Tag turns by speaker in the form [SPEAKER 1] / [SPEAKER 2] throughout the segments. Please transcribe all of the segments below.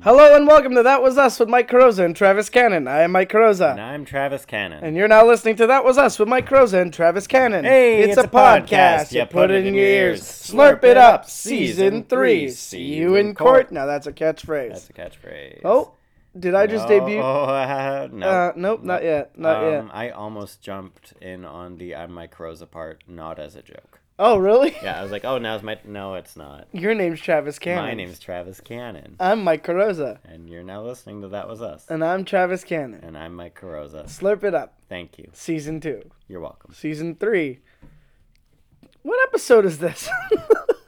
[SPEAKER 1] Hello and welcome to That Was Us with Mike Carosa and Travis Cannon. I am Mike Carosa.
[SPEAKER 2] And I'm Travis Cannon.
[SPEAKER 1] Uh, And you're now listening to That Was Us with Mike Rosa and Travis Cannon.
[SPEAKER 2] Hey, it's a podcast.
[SPEAKER 1] You put it in your ears. Slurp it up. Season three. See you in court. Now that's a catchphrase.
[SPEAKER 2] That's a catchphrase.
[SPEAKER 1] oh, did I just
[SPEAKER 2] No,
[SPEAKER 1] debut?
[SPEAKER 2] uh, no.
[SPEAKER 1] Uh, nope, not yet. Not
[SPEAKER 2] um,
[SPEAKER 1] yet.
[SPEAKER 2] I almost jumped in on the I'm Mike Rosa part, not as a joke.
[SPEAKER 1] Oh, really?
[SPEAKER 2] Yeah, I was like, oh, now's my. No, it's not.
[SPEAKER 1] Your name's Travis Cannon.
[SPEAKER 2] My name's Travis Cannon.
[SPEAKER 1] I'm Mike Carosa.
[SPEAKER 2] and you're now listening to That Was Us.
[SPEAKER 1] And I'm Travis Cannon.
[SPEAKER 2] and I'm Mike Carosa.
[SPEAKER 1] Slurp it up.
[SPEAKER 2] Thank you.
[SPEAKER 1] Season two.
[SPEAKER 2] You're welcome.
[SPEAKER 1] Season three. What episode is this?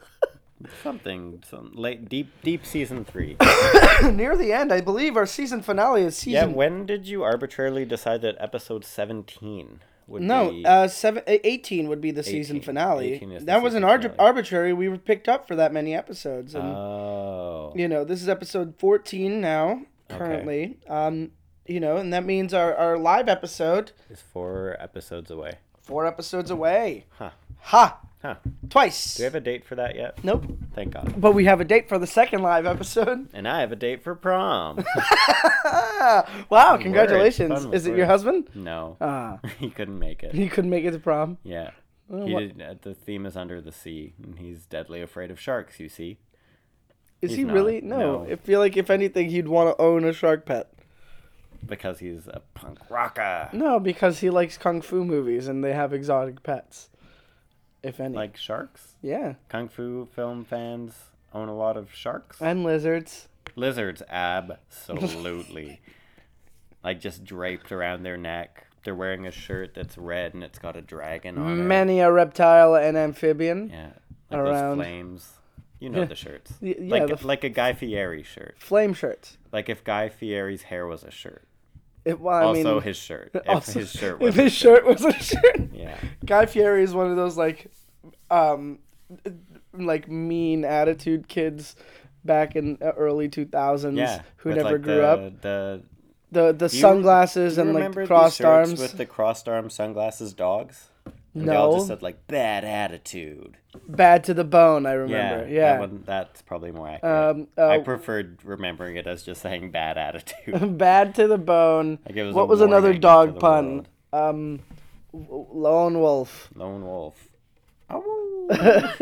[SPEAKER 2] Something, some late, deep, deep season three.
[SPEAKER 1] Near the end, I believe our season finale is
[SPEAKER 2] yeah,
[SPEAKER 1] season
[SPEAKER 2] when did you arbitrarily decide that episode 17 would
[SPEAKER 1] No,
[SPEAKER 2] be.
[SPEAKER 1] uh, seven, eh, 18 would be the season
[SPEAKER 2] 18.
[SPEAKER 1] finale.
[SPEAKER 2] 18 is the
[SPEAKER 1] That wasn't
[SPEAKER 2] season
[SPEAKER 1] arg-
[SPEAKER 2] finale. Uh.
[SPEAKER 1] arbitrary. We were picked up for that many episodes. And,
[SPEAKER 2] Oh.
[SPEAKER 1] you know, this is episode 14 now, currently. Um, you know, and that means our, our live episode,
[SPEAKER 2] It's four episodes away.
[SPEAKER 1] four episodes away.
[SPEAKER 2] Huh.
[SPEAKER 1] Ha!
[SPEAKER 2] Huh.
[SPEAKER 1] Twice.
[SPEAKER 2] Do we have a date for that yet?
[SPEAKER 1] nope.
[SPEAKER 2] Thank God.
[SPEAKER 1] But we have a date for the second live episode.
[SPEAKER 2] And I have a date for prom.
[SPEAKER 1] Ah, wow, congratulations.
[SPEAKER 2] Fun with
[SPEAKER 1] Is it your
[SPEAKER 2] words.
[SPEAKER 1] husband?
[SPEAKER 2] no.
[SPEAKER 1] Ah,
[SPEAKER 2] he couldn't make it.
[SPEAKER 1] he couldn't make it to prom.
[SPEAKER 2] Yeah.
[SPEAKER 1] Well,
[SPEAKER 2] He
[SPEAKER 1] what-
[SPEAKER 2] did, uh, the theme is under the sea, and he's deadly afraid of sharks, you see.
[SPEAKER 1] Is
[SPEAKER 2] He's
[SPEAKER 1] he
[SPEAKER 2] not.
[SPEAKER 1] really? No.
[SPEAKER 2] No.
[SPEAKER 1] I feel like, if anything, he'd want to own a shark pet.
[SPEAKER 2] Because he's a punk rocker.
[SPEAKER 1] No, because he likes kung fu movies and they have exotic pets. If any.
[SPEAKER 2] Like sharks?
[SPEAKER 1] yeah.
[SPEAKER 2] Kung fu film fans own a lot of sharks.
[SPEAKER 1] And lizards.
[SPEAKER 2] Lizards, absolutely. like just draped around their neck. They're wearing a shirt that's red and it's got a dragon on it.
[SPEAKER 1] Many a reptile and amphibian.
[SPEAKER 2] Yeah. Like
[SPEAKER 1] Around.
[SPEAKER 2] those flames. You know the shirts.
[SPEAKER 1] Y- yeah,
[SPEAKER 2] like
[SPEAKER 1] the f-
[SPEAKER 2] like a Guy Fieri shirt.
[SPEAKER 1] Flame shirts.
[SPEAKER 2] Like if Guy Fieri's hair was a shirt.
[SPEAKER 1] It, well, I
[SPEAKER 2] also
[SPEAKER 1] mean,
[SPEAKER 2] his shirt. If
[SPEAKER 1] also-
[SPEAKER 2] his shirt
[SPEAKER 1] if
[SPEAKER 2] was
[SPEAKER 1] his shirt was a shirt.
[SPEAKER 2] Yeah.
[SPEAKER 1] Guy Fieri is one of those like, um, like mean attitude kids back in uh, early 2000s
[SPEAKER 2] Yeah.
[SPEAKER 1] who
[SPEAKER 2] with,
[SPEAKER 1] never
[SPEAKER 2] like,
[SPEAKER 1] grew
[SPEAKER 2] the,
[SPEAKER 1] up
[SPEAKER 2] The
[SPEAKER 1] the the
[SPEAKER 2] Do you-
[SPEAKER 1] sunglasses
[SPEAKER 2] do you
[SPEAKER 1] and like
[SPEAKER 2] remember
[SPEAKER 1] the
[SPEAKER 2] the
[SPEAKER 1] crossed
[SPEAKER 2] shirts
[SPEAKER 1] arms
[SPEAKER 2] with the crossed arm sunglasses dogs? And They all
[SPEAKER 1] no
[SPEAKER 2] just said like bad attitude.
[SPEAKER 1] bad to the bone i remember yeah,
[SPEAKER 2] That one, that's probably more accurate.
[SPEAKER 1] um
[SPEAKER 2] I
[SPEAKER 1] uh,
[SPEAKER 2] preferred remembering it as just saying bad attitude.
[SPEAKER 1] bad to the bone.
[SPEAKER 2] Like it was
[SPEAKER 1] what
[SPEAKER 2] a
[SPEAKER 1] was another
[SPEAKER 2] warning to
[SPEAKER 1] dog
[SPEAKER 2] the
[SPEAKER 1] pun?
[SPEAKER 2] world.
[SPEAKER 1] Um, w- lone wolf.
[SPEAKER 2] Lone wolf.
[SPEAKER 1] Oh.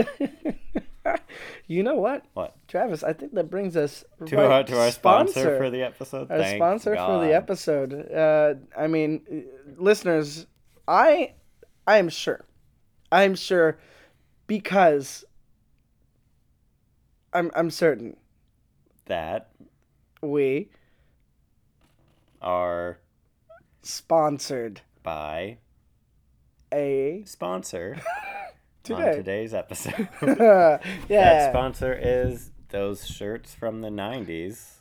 [SPEAKER 1] You know what,
[SPEAKER 2] What?
[SPEAKER 1] Travis? I think that brings us
[SPEAKER 2] To,
[SPEAKER 1] right-
[SPEAKER 2] our, to our sponsor, for the episode.
[SPEAKER 1] our
[SPEAKER 2] Thank
[SPEAKER 1] sponsor for
[SPEAKER 2] God.
[SPEAKER 1] the episode. Uh, I mean, uh, listeners, I I am sure, I am sure, because I'm I'm certain
[SPEAKER 2] That
[SPEAKER 1] we
[SPEAKER 2] are
[SPEAKER 1] sponsored
[SPEAKER 2] by
[SPEAKER 1] a
[SPEAKER 2] sponsor on
[SPEAKER 1] today.
[SPEAKER 2] today's episode.
[SPEAKER 1] yeah.
[SPEAKER 2] That sponsor is those shirts from the 90s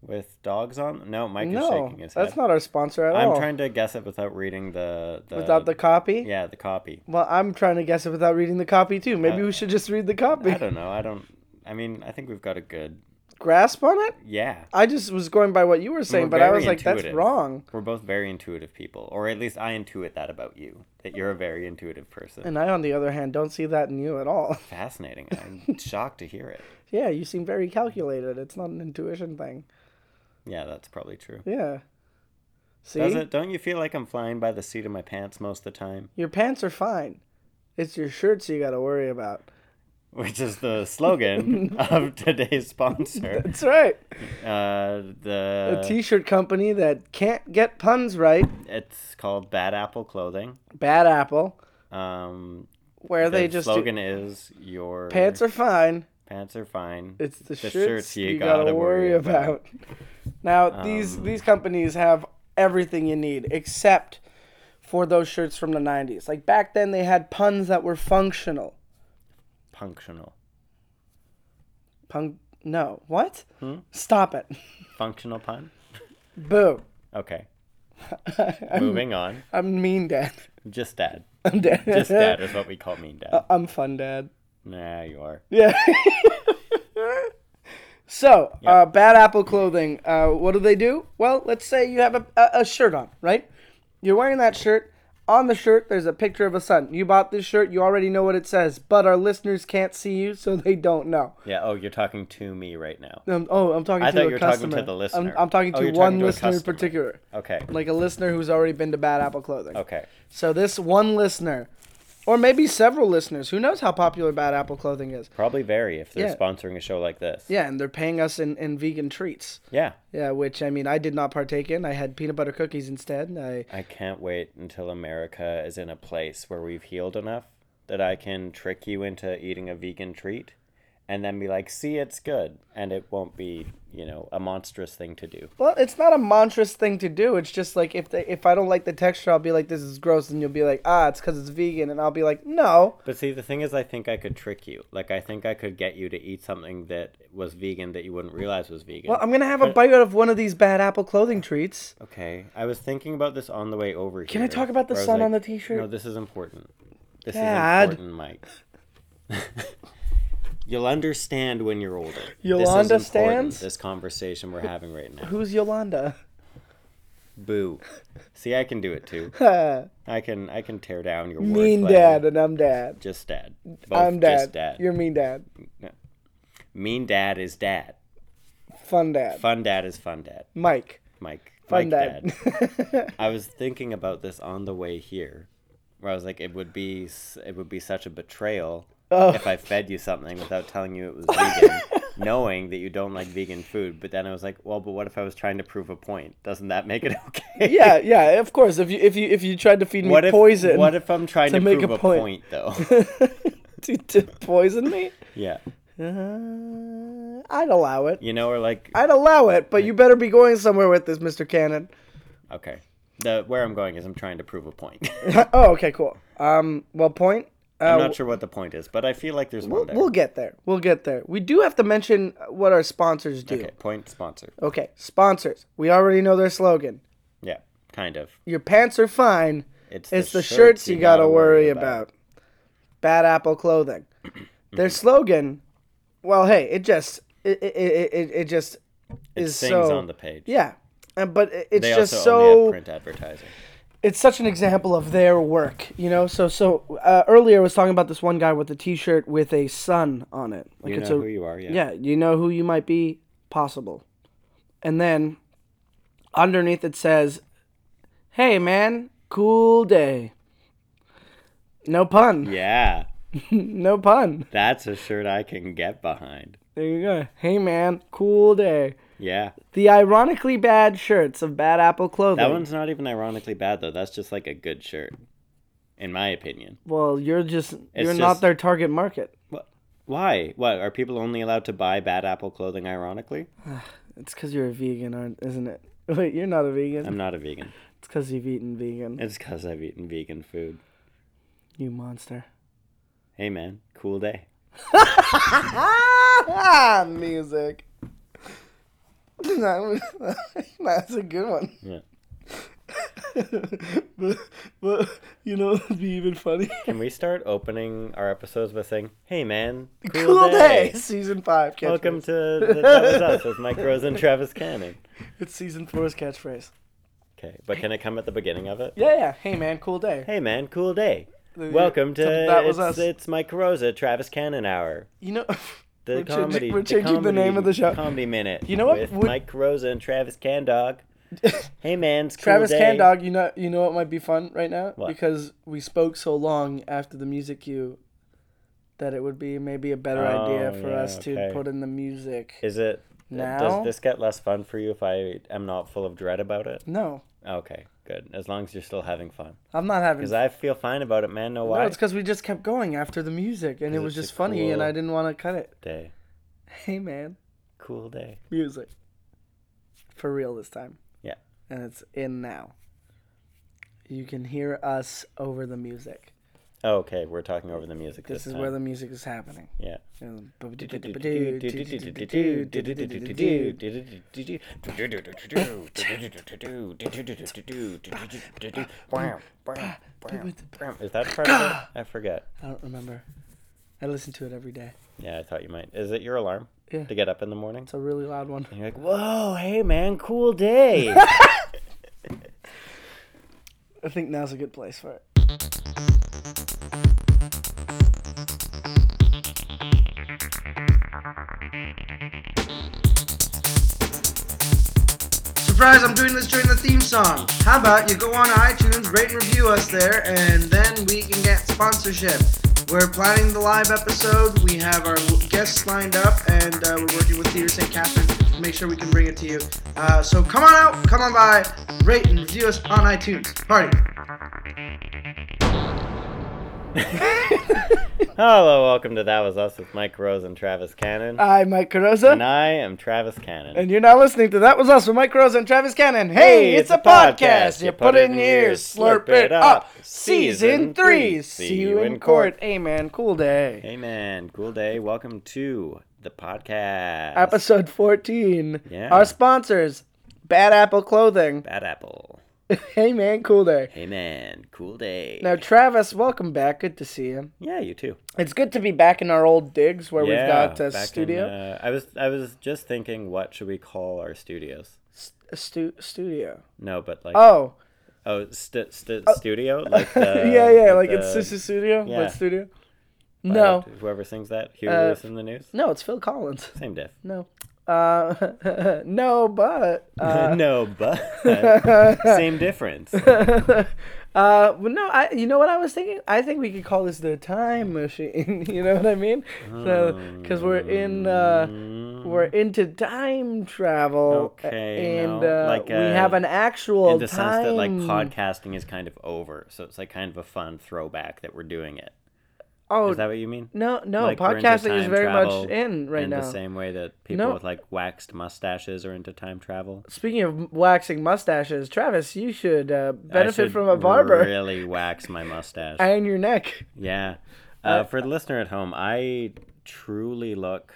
[SPEAKER 2] with dogs on. No, Mike is
[SPEAKER 1] No,
[SPEAKER 2] shaking his head.
[SPEAKER 1] that's not our sponsor at
[SPEAKER 2] I'm
[SPEAKER 1] all.
[SPEAKER 2] trying to guess it without reading the, the
[SPEAKER 1] Without the copy?
[SPEAKER 2] yeah the copy.
[SPEAKER 1] Well, I'm trying to guess it without reading the copy too. Maybe
[SPEAKER 2] Uh,
[SPEAKER 1] we should just read the copy.
[SPEAKER 2] I don't know. I don't. I mean, I think we've got a good
[SPEAKER 1] Grasp on it?
[SPEAKER 2] yeah.
[SPEAKER 1] I just was going by what you were saying, but I
[SPEAKER 2] very
[SPEAKER 1] was like, that's
[SPEAKER 2] intuitive.
[SPEAKER 1] wrong.
[SPEAKER 2] We're both very intuitive people, or at least I intuit that about you, that you're a very intuitive person.
[SPEAKER 1] And I, on the other hand, don't see that in you at all.
[SPEAKER 2] Fascinating. I'm shocked to hear it.
[SPEAKER 1] yeah, you seem very calculated. It's not an intuition thing.
[SPEAKER 2] Yeah, that's probably true.
[SPEAKER 1] Yeah. See?
[SPEAKER 2] Does it? Don't you feel like I'm flying by the seat of my pants most of the time?
[SPEAKER 1] Your pants are fine. It's your shirts you got to worry about.
[SPEAKER 2] Which is the slogan of today's sponsor.
[SPEAKER 1] That's right.
[SPEAKER 2] Uh,
[SPEAKER 1] A
[SPEAKER 2] the
[SPEAKER 1] t shirt company that can't get puns right,
[SPEAKER 2] it's called Bad Apple Clothing.
[SPEAKER 1] Bad Apple,
[SPEAKER 2] Um,
[SPEAKER 1] where they
[SPEAKER 2] the
[SPEAKER 1] just. do-
[SPEAKER 2] slogan is your
[SPEAKER 1] pants are fine.
[SPEAKER 2] pants are fine.
[SPEAKER 1] It's the,
[SPEAKER 2] The
[SPEAKER 1] shirts,
[SPEAKER 2] shirts
[SPEAKER 1] you,
[SPEAKER 2] you
[SPEAKER 1] gotta,
[SPEAKER 2] gotta
[SPEAKER 1] worry
[SPEAKER 2] worry Um,
[SPEAKER 1] about. Now these these companies have everything you need except for those shirts from the '90s. Like back then, they had puns that were functional.
[SPEAKER 2] functional.
[SPEAKER 1] Punk. No, what?
[SPEAKER 2] Hmm?
[SPEAKER 1] Stop it.
[SPEAKER 2] Functional pun.
[SPEAKER 1] Boo.
[SPEAKER 2] Okay. Moving on.
[SPEAKER 1] I'm mean dad.
[SPEAKER 2] Just dad.
[SPEAKER 1] I'm dad.
[SPEAKER 2] Just dad is what we call mean dad.
[SPEAKER 1] I'm fun dad.
[SPEAKER 2] nah, you are.
[SPEAKER 1] Yeah. so, uh, Bad Apple Clothing, uh, what do they do? Well, let's say you have a, a, a shirt on, right? You're wearing that shirt. On the shirt, there's a picture of a sun. You bought this shirt, you already know what it says, but our listeners can't see you, so they don't know.
[SPEAKER 2] Yeah. Oh, you're talking to me right now.
[SPEAKER 1] Um, oh, I'm talking
[SPEAKER 2] I
[SPEAKER 1] to
[SPEAKER 2] thought
[SPEAKER 1] a
[SPEAKER 2] you were talking
[SPEAKER 1] customer.
[SPEAKER 2] to the listener.
[SPEAKER 1] I'm, I'm talking
[SPEAKER 2] Oh,
[SPEAKER 1] to
[SPEAKER 2] you're
[SPEAKER 1] one
[SPEAKER 2] talking to a
[SPEAKER 1] listener in
[SPEAKER 2] customer.
[SPEAKER 1] particular,
[SPEAKER 2] Okay.
[SPEAKER 1] like a listener who's already been to Bad Apple Clothing.
[SPEAKER 2] Okay.
[SPEAKER 1] So this one listener, or maybe several listeners, who knows how popular Bad Apple Clothing is?
[SPEAKER 2] Probably vary if they're
[SPEAKER 1] Yeah.
[SPEAKER 2] sponsoring a show like this.
[SPEAKER 1] Yeah, and they're paying us in, in vegan treats.
[SPEAKER 2] Yeah.
[SPEAKER 1] Yeah, which I mean, I did not partake in. I had peanut butter cookies instead. I
[SPEAKER 2] I can't wait until America is in a place where we've healed enough that I can trick you into eating a vegan treat and then be like, see, it's good. And it won't be, you know, a monstrous thing to do.
[SPEAKER 1] well, it's not a monstrous thing to do. It's just like if they, if I don't like the texture, I'll be like, this is gross, and you'll be like, ah, it's because it's vegan, and I'll be like, no.
[SPEAKER 2] But see, the thing is, I think I could trick you. Like, I think I could get you to eat something that was vegan that you wouldn't realize was vegan.
[SPEAKER 1] Well, I'm gonna have a bite out of one of these Bad Apple Clothing treats.
[SPEAKER 2] okay. I was thinking about this on the way over here.
[SPEAKER 1] I talk about the
[SPEAKER 2] where I was
[SPEAKER 1] sun on the t-shirt?
[SPEAKER 2] No, this is important. This
[SPEAKER 1] Dad.
[SPEAKER 2] is important, Mike. You'll understand when you're older.
[SPEAKER 1] You'll
[SPEAKER 2] this is
[SPEAKER 1] understand?
[SPEAKER 2] important, this conversation we're having right now.
[SPEAKER 1] Who's Yolanda?
[SPEAKER 2] Boo. See, I can do it too.
[SPEAKER 1] mean
[SPEAKER 2] I can I can tear down your wordplay.
[SPEAKER 1] dad, and I'm dad.
[SPEAKER 2] Just dad. Both
[SPEAKER 1] I'm dad.
[SPEAKER 2] Just dad.
[SPEAKER 1] You're mean dad.
[SPEAKER 2] Mean dad is dad.
[SPEAKER 1] Fun dad.
[SPEAKER 2] Fun dad is fun dad.
[SPEAKER 1] Mike.
[SPEAKER 2] Mike.
[SPEAKER 1] Fun
[SPEAKER 2] Mike
[SPEAKER 1] dad.
[SPEAKER 2] I was thinking about this on the way here, where I was like, it would be s- it would be such a betrayal
[SPEAKER 1] Oh.
[SPEAKER 2] if I fed you something without telling you it was vegan, knowing that you don't like vegan food. But then I was like, well, but what if I was trying to prove a point? Doesn't that make it okay?
[SPEAKER 1] yeah, yeah. Of course. If you if you if you tried to feed me
[SPEAKER 2] What if
[SPEAKER 1] poison,
[SPEAKER 2] What if I'm trying
[SPEAKER 1] to
[SPEAKER 2] to,
[SPEAKER 1] make
[SPEAKER 2] prove
[SPEAKER 1] a
[SPEAKER 2] a
[SPEAKER 1] point.
[SPEAKER 2] point though?
[SPEAKER 1] to, to poison me?
[SPEAKER 2] yeah,
[SPEAKER 1] Uh, I'd allow it.
[SPEAKER 2] you know, or like
[SPEAKER 1] I'd allow it, but you better be going somewhere with this, Mister Cannon.
[SPEAKER 2] okay, the where I'm going is I'm trying to prove a point.
[SPEAKER 1] oh, okay, cool. Um, well, point.
[SPEAKER 2] I'm
[SPEAKER 1] Uh,
[SPEAKER 2] not sure what the point is, but I feel like there's one
[SPEAKER 1] we'll,
[SPEAKER 2] there.
[SPEAKER 1] we'll get there. We'll get there. We do have to mention what our sponsors do.
[SPEAKER 2] okay, point sponsor.
[SPEAKER 1] okay, sponsors. We already know their slogan.
[SPEAKER 2] Yeah, kind of.
[SPEAKER 1] Your pants are fine.
[SPEAKER 2] It's
[SPEAKER 1] It's the, shirts, you gotta, worry about. Bad Apple Clothing. Their slogan, well, hey, it just it it it, it, it just
[SPEAKER 2] It
[SPEAKER 1] is
[SPEAKER 2] sings
[SPEAKER 1] so
[SPEAKER 2] on the page.
[SPEAKER 1] yeah, and, but it, it's
[SPEAKER 2] They
[SPEAKER 1] just
[SPEAKER 2] also only have
[SPEAKER 1] so
[SPEAKER 2] print advertising.
[SPEAKER 1] it's such an example of their work, you know. So so uh, earlier I was talking about this one guy with a T-shirt with a sun on it. Like
[SPEAKER 2] You know
[SPEAKER 1] it's a
[SPEAKER 2] who you are, yeah.
[SPEAKER 1] yeah, you know who you might be possible, and then underneath it says, "Hey man, cool day." No pun.
[SPEAKER 2] Yeah, Mm-hmm.
[SPEAKER 1] No pun.
[SPEAKER 2] that's a shirt I can get behind.
[SPEAKER 1] There you go. Hey man, cool day.
[SPEAKER 2] Yeah,
[SPEAKER 1] The ironically bad shirts of Bad Apple Clothing.
[SPEAKER 2] that one's not even ironically bad though. That's just like a good shirt, in my opinion.
[SPEAKER 1] Well, you're just you're not
[SPEAKER 2] just-
[SPEAKER 1] their target market.
[SPEAKER 2] What? Why? What are people only allowed to buy bad apple clothing? Ironically,
[SPEAKER 1] It's because you're a vegan, aren't, isn't it? Wait, you're not a vegan.
[SPEAKER 2] I'm not a vegan.
[SPEAKER 1] It's because you've eaten vegan.
[SPEAKER 2] It's because I've eaten vegan food.
[SPEAKER 1] You monster.
[SPEAKER 2] Hey man, cool day.
[SPEAKER 1] Ah, music. That's a good one.
[SPEAKER 2] Yeah.
[SPEAKER 1] but, but you know, it'd be even funny.
[SPEAKER 2] Can we start opening our episodes by saying, "Hey man, cool,
[SPEAKER 1] Cool
[SPEAKER 2] day.
[SPEAKER 1] day, season five. Catchphrase.
[SPEAKER 2] Welcome to the, that was us with Mike Rose and Travis Cannon.
[SPEAKER 1] It's season four's catchphrase.
[SPEAKER 2] Okay, but can it come at the beginning of it?
[SPEAKER 1] Yeah, yeah. Hey man, cool day.
[SPEAKER 2] Hey man, cool day.
[SPEAKER 1] The-
[SPEAKER 2] Welcome to,
[SPEAKER 1] That Was Us.
[SPEAKER 2] it's, It's Mike Rosa, Travis Cannon Hour.
[SPEAKER 1] You know,
[SPEAKER 2] The
[SPEAKER 1] We're changing-
[SPEAKER 2] comedy.
[SPEAKER 1] we're changing the name of the show.
[SPEAKER 2] Comedy minute.
[SPEAKER 1] You know what
[SPEAKER 2] With
[SPEAKER 1] would-
[SPEAKER 2] Mike Rosa and Travis Candog. hey man, it's cool
[SPEAKER 1] Travis
[SPEAKER 2] day.
[SPEAKER 1] Candog. You know, you know what might be fun right now
[SPEAKER 2] What?
[SPEAKER 1] because we spoke so long after the music cue that it would be maybe a better
[SPEAKER 2] Oh,
[SPEAKER 1] idea for
[SPEAKER 2] yeah,
[SPEAKER 1] us to
[SPEAKER 2] okay.
[SPEAKER 1] put in the music.
[SPEAKER 2] Is it?
[SPEAKER 1] Now?
[SPEAKER 2] Does this get less fun for you if I am not full of dread about it?
[SPEAKER 1] no,
[SPEAKER 2] Okay, good. As long as you're still having fun,
[SPEAKER 1] I'm not having.
[SPEAKER 2] because I feel fine about it, man. No,
[SPEAKER 1] Mm. no,
[SPEAKER 2] why?
[SPEAKER 1] it's because we just kept going after the music and it was
[SPEAKER 2] it's a
[SPEAKER 1] just funny and
[SPEAKER 2] cool-
[SPEAKER 1] I didn't want to cut it.
[SPEAKER 2] day,
[SPEAKER 1] Hey man,
[SPEAKER 2] cool day.
[SPEAKER 1] music for real this time.
[SPEAKER 2] Yeah.
[SPEAKER 1] and it's in now. You can hear us over the music.
[SPEAKER 2] okay, we're talking over the music.
[SPEAKER 1] This is
[SPEAKER 2] time.
[SPEAKER 1] where the music is happening.
[SPEAKER 2] yeah.
[SPEAKER 1] Um,
[SPEAKER 2] Is that part of it? I forget.
[SPEAKER 1] I don't remember. I listen to it every day.
[SPEAKER 2] Yeah, I thought you might. Is it your alarm
[SPEAKER 1] Yeah.
[SPEAKER 2] to get up in the morning?
[SPEAKER 1] It's a really loud one.
[SPEAKER 2] And you're like, whoa, hey man, cool day.
[SPEAKER 1] I think now's a good place for it.
[SPEAKER 3] Surprise, I'm doing this during the theme song. How about you go on iTunes, rate and review us there, and then we can get sponsorship. We're planning the live episode. We have our guests lined up, and uh, we're working with Theater St. Catherine to make sure we can bring it to you. Uh, so come on out, come on by, rate and review us on iTunes. Party.
[SPEAKER 2] Hello, welcome to That Was Us with Mike Rose and Travis Cannon.
[SPEAKER 1] I'm Mike Carosa.
[SPEAKER 2] and I am Travis Cannon.
[SPEAKER 1] And you're now listening to That Was Us with Mike Rose and Travis Cannon. Hey, it's, a podcast. You put it in your ears, slurp it up. Season three. See you in court. Hey, man, cool day.
[SPEAKER 2] hey man, cool day. Welcome to the podcast.
[SPEAKER 1] Episode 14.
[SPEAKER 2] Yeah.
[SPEAKER 1] Our sponsors, Bad Apple Clothing.
[SPEAKER 2] Bad Apple.
[SPEAKER 1] hey, man, cool day.
[SPEAKER 2] Hey man, cool day.
[SPEAKER 1] Now, Travis, welcome back. Good to see you.
[SPEAKER 2] yeah, you too.
[SPEAKER 1] It's good to be back in our old digs where
[SPEAKER 2] yeah,
[SPEAKER 1] we've got a
[SPEAKER 2] back in,
[SPEAKER 1] studio.
[SPEAKER 2] uh, I was I was just thinking, what should we call our studios?
[SPEAKER 1] a stu- studio.
[SPEAKER 2] No, but like oh,
[SPEAKER 1] Oh,
[SPEAKER 2] st- st- studio. Like the,
[SPEAKER 1] yeah, yeah, like it's
[SPEAKER 2] the-
[SPEAKER 1] just a studio,
[SPEAKER 2] yeah.
[SPEAKER 1] but studio.
[SPEAKER 2] like
[SPEAKER 1] No,
[SPEAKER 2] Whoever sings that, Huey
[SPEAKER 1] Uh,
[SPEAKER 2] Lewis in the news.
[SPEAKER 1] no, it's Phil Collins.
[SPEAKER 2] Same diff.
[SPEAKER 1] No, uh, no, but uh,
[SPEAKER 2] no, but same difference.
[SPEAKER 1] uh, well, no, I. You know what I was thinking? I think we could call this the time machine. you know what I mean? So, because we're in, uh,
[SPEAKER 2] Mm,
[SPEAKER 1] we're into time travel.
[SPEAKER 2] Okay,
[SPEAKER 1] and
[SPEAKER 2] no,
[SPEAKER 1] uh,
[SPEAKER 2] like,
[SPEAKER 1] we
[SPEAKER 2] uh,
[SPEAKER 1] have an actual
[SPEAKER 2] in the
[SPEAKER 1] time.
[SPEAKER 2] sense that like podcasting is kind of over, so it's like kind of a fun throwback that we're doing it.
[SPEAKER 1] oh
[SPEAKER 2] Is that what you mean?
[SPEAKER 1] no, no,
[SPEAKER 2] Like, we're into
[SPEAKER 1] podcasting is
[SPEAKER 2] time
[SPEAKER 1] very
[SPEAKER 2] travel
[SPEAKER 1] much in right
[SPEAKER 2] in
[SPEAKER 1] now.
[SPEAKER 2] the same way that people
[SPEAKER 1] No.
[SPEAKER 2] with like waxed mustaches are into time travel.
[SPEAKER 1] Speaking of waxing mustaches, Travis, you should uh,
[SPEAKER 2] I
[SPEAKER 1] benefit
[SPEAKER 2] should
[SPEAKER 1] from a barber.
[SPEAKER 2] Really wax my mustache.
[SPEAKER 1] Iron your neck.
[SPEAKER 2] yeah. Uh, for the listener at home, I truly look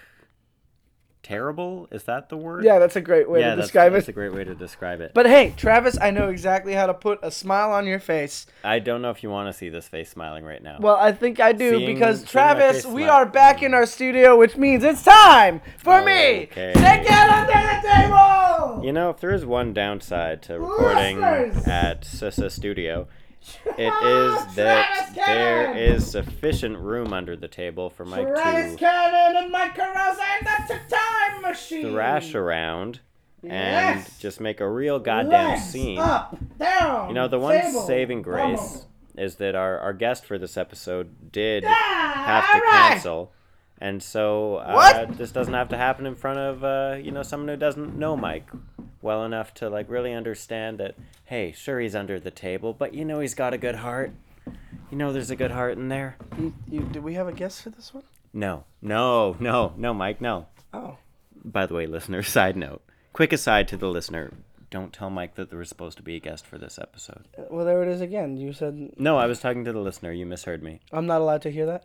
[SPEAKER 2] terrible. Is that the word?
[SPEAKER 1] Yeah, that's a great way
[SPEAKER 2] yeah.
[SPEAKER 1] to
[SPEAKER 2] that's,
[SPEAKER 1] describe
[SPEAKER 2] that's
[SPEAKER 1] it.
[SPEAKER 2] a great way to describe it.
[SPEAKER 1] But hey, Travis, I know exactly how to put a smile on your face.
[SPEAKER 2] I don't know if you want to see this face smiling right now.
[SPEAKER 1] Well, I think I do
[SPEAKER 2] Seeing-
[SPEAKER 1] because
[SPEAKER 2] seeing my
[SPEAKER 1] Travis,
[SPEAKER 2] face
[SPEAKER 1] we
[SPEAKER 2] smile-
[SPEAKER 1] are back in our studio, which means it's time for me
[SPEAKER 2] Okay.
[SPEAKER 1] to get under the table.
[SPEAKER 2] you know, if there is one downside to recording
[SPEAKER 1] Listeners!
[SPEAKER 2] at Sissa Studio, it is that
[SPEAKER 1] Ah, Travis
[SPEAKER 2] there
[SPEAKER 1] Cannon!
[SPEAKER 2] is sufficient room under the table for Mike
[SPEAKER 1] Travis
[SPEAKER 2] to
[SPEAKER 1] Cannon and Mike Carosa, and that's a time machine.
[SPEAKER 2] thrash around and
[SPEAKER 1] Yes!
[SPEAKER 2] just make a real goddamn
[SPEAKER 1] Legs
[SPEAKER 2] scene.
[SPEAKER 1] Up, down.
[SPEAKER 2] You know, the one
[SPEAKER 1] table,
[SPEAKER 2] saving grace
[SPEAKER 1] bubble.
[SPEAKER 2] is that our, our guest for this episode did
[SPEAKER 1] Ah,
[SPEAKER 2] have to
[SPEAKER 1] all right.
[SPEAKER 2] cancel. And so uh,
[SPEAKER 1] What?
[SPEAKER 2] this doesn't have to happen in front of uh, you know someone who doesn't know Mike well enough to like really understand that hey sure he's under the table but you know he's got a good heart you know there's a good heart in there
[SPEAKER 1] You, you, do we have a guest for this one?
[SPEAKER 2] no no no no Mike no
[SPEAKER 1] Oh.
[SPEAKER 2] by the way listener side note quick aside to the listener don't tell Mike that there was supposed to be a guest for this episode
[SPEAKER 1] Well, there it is again. You said
[SPEAKER 2] no I was talking to the listener you misheard me
[SPEAKER 1] I'm not allowed to hear that.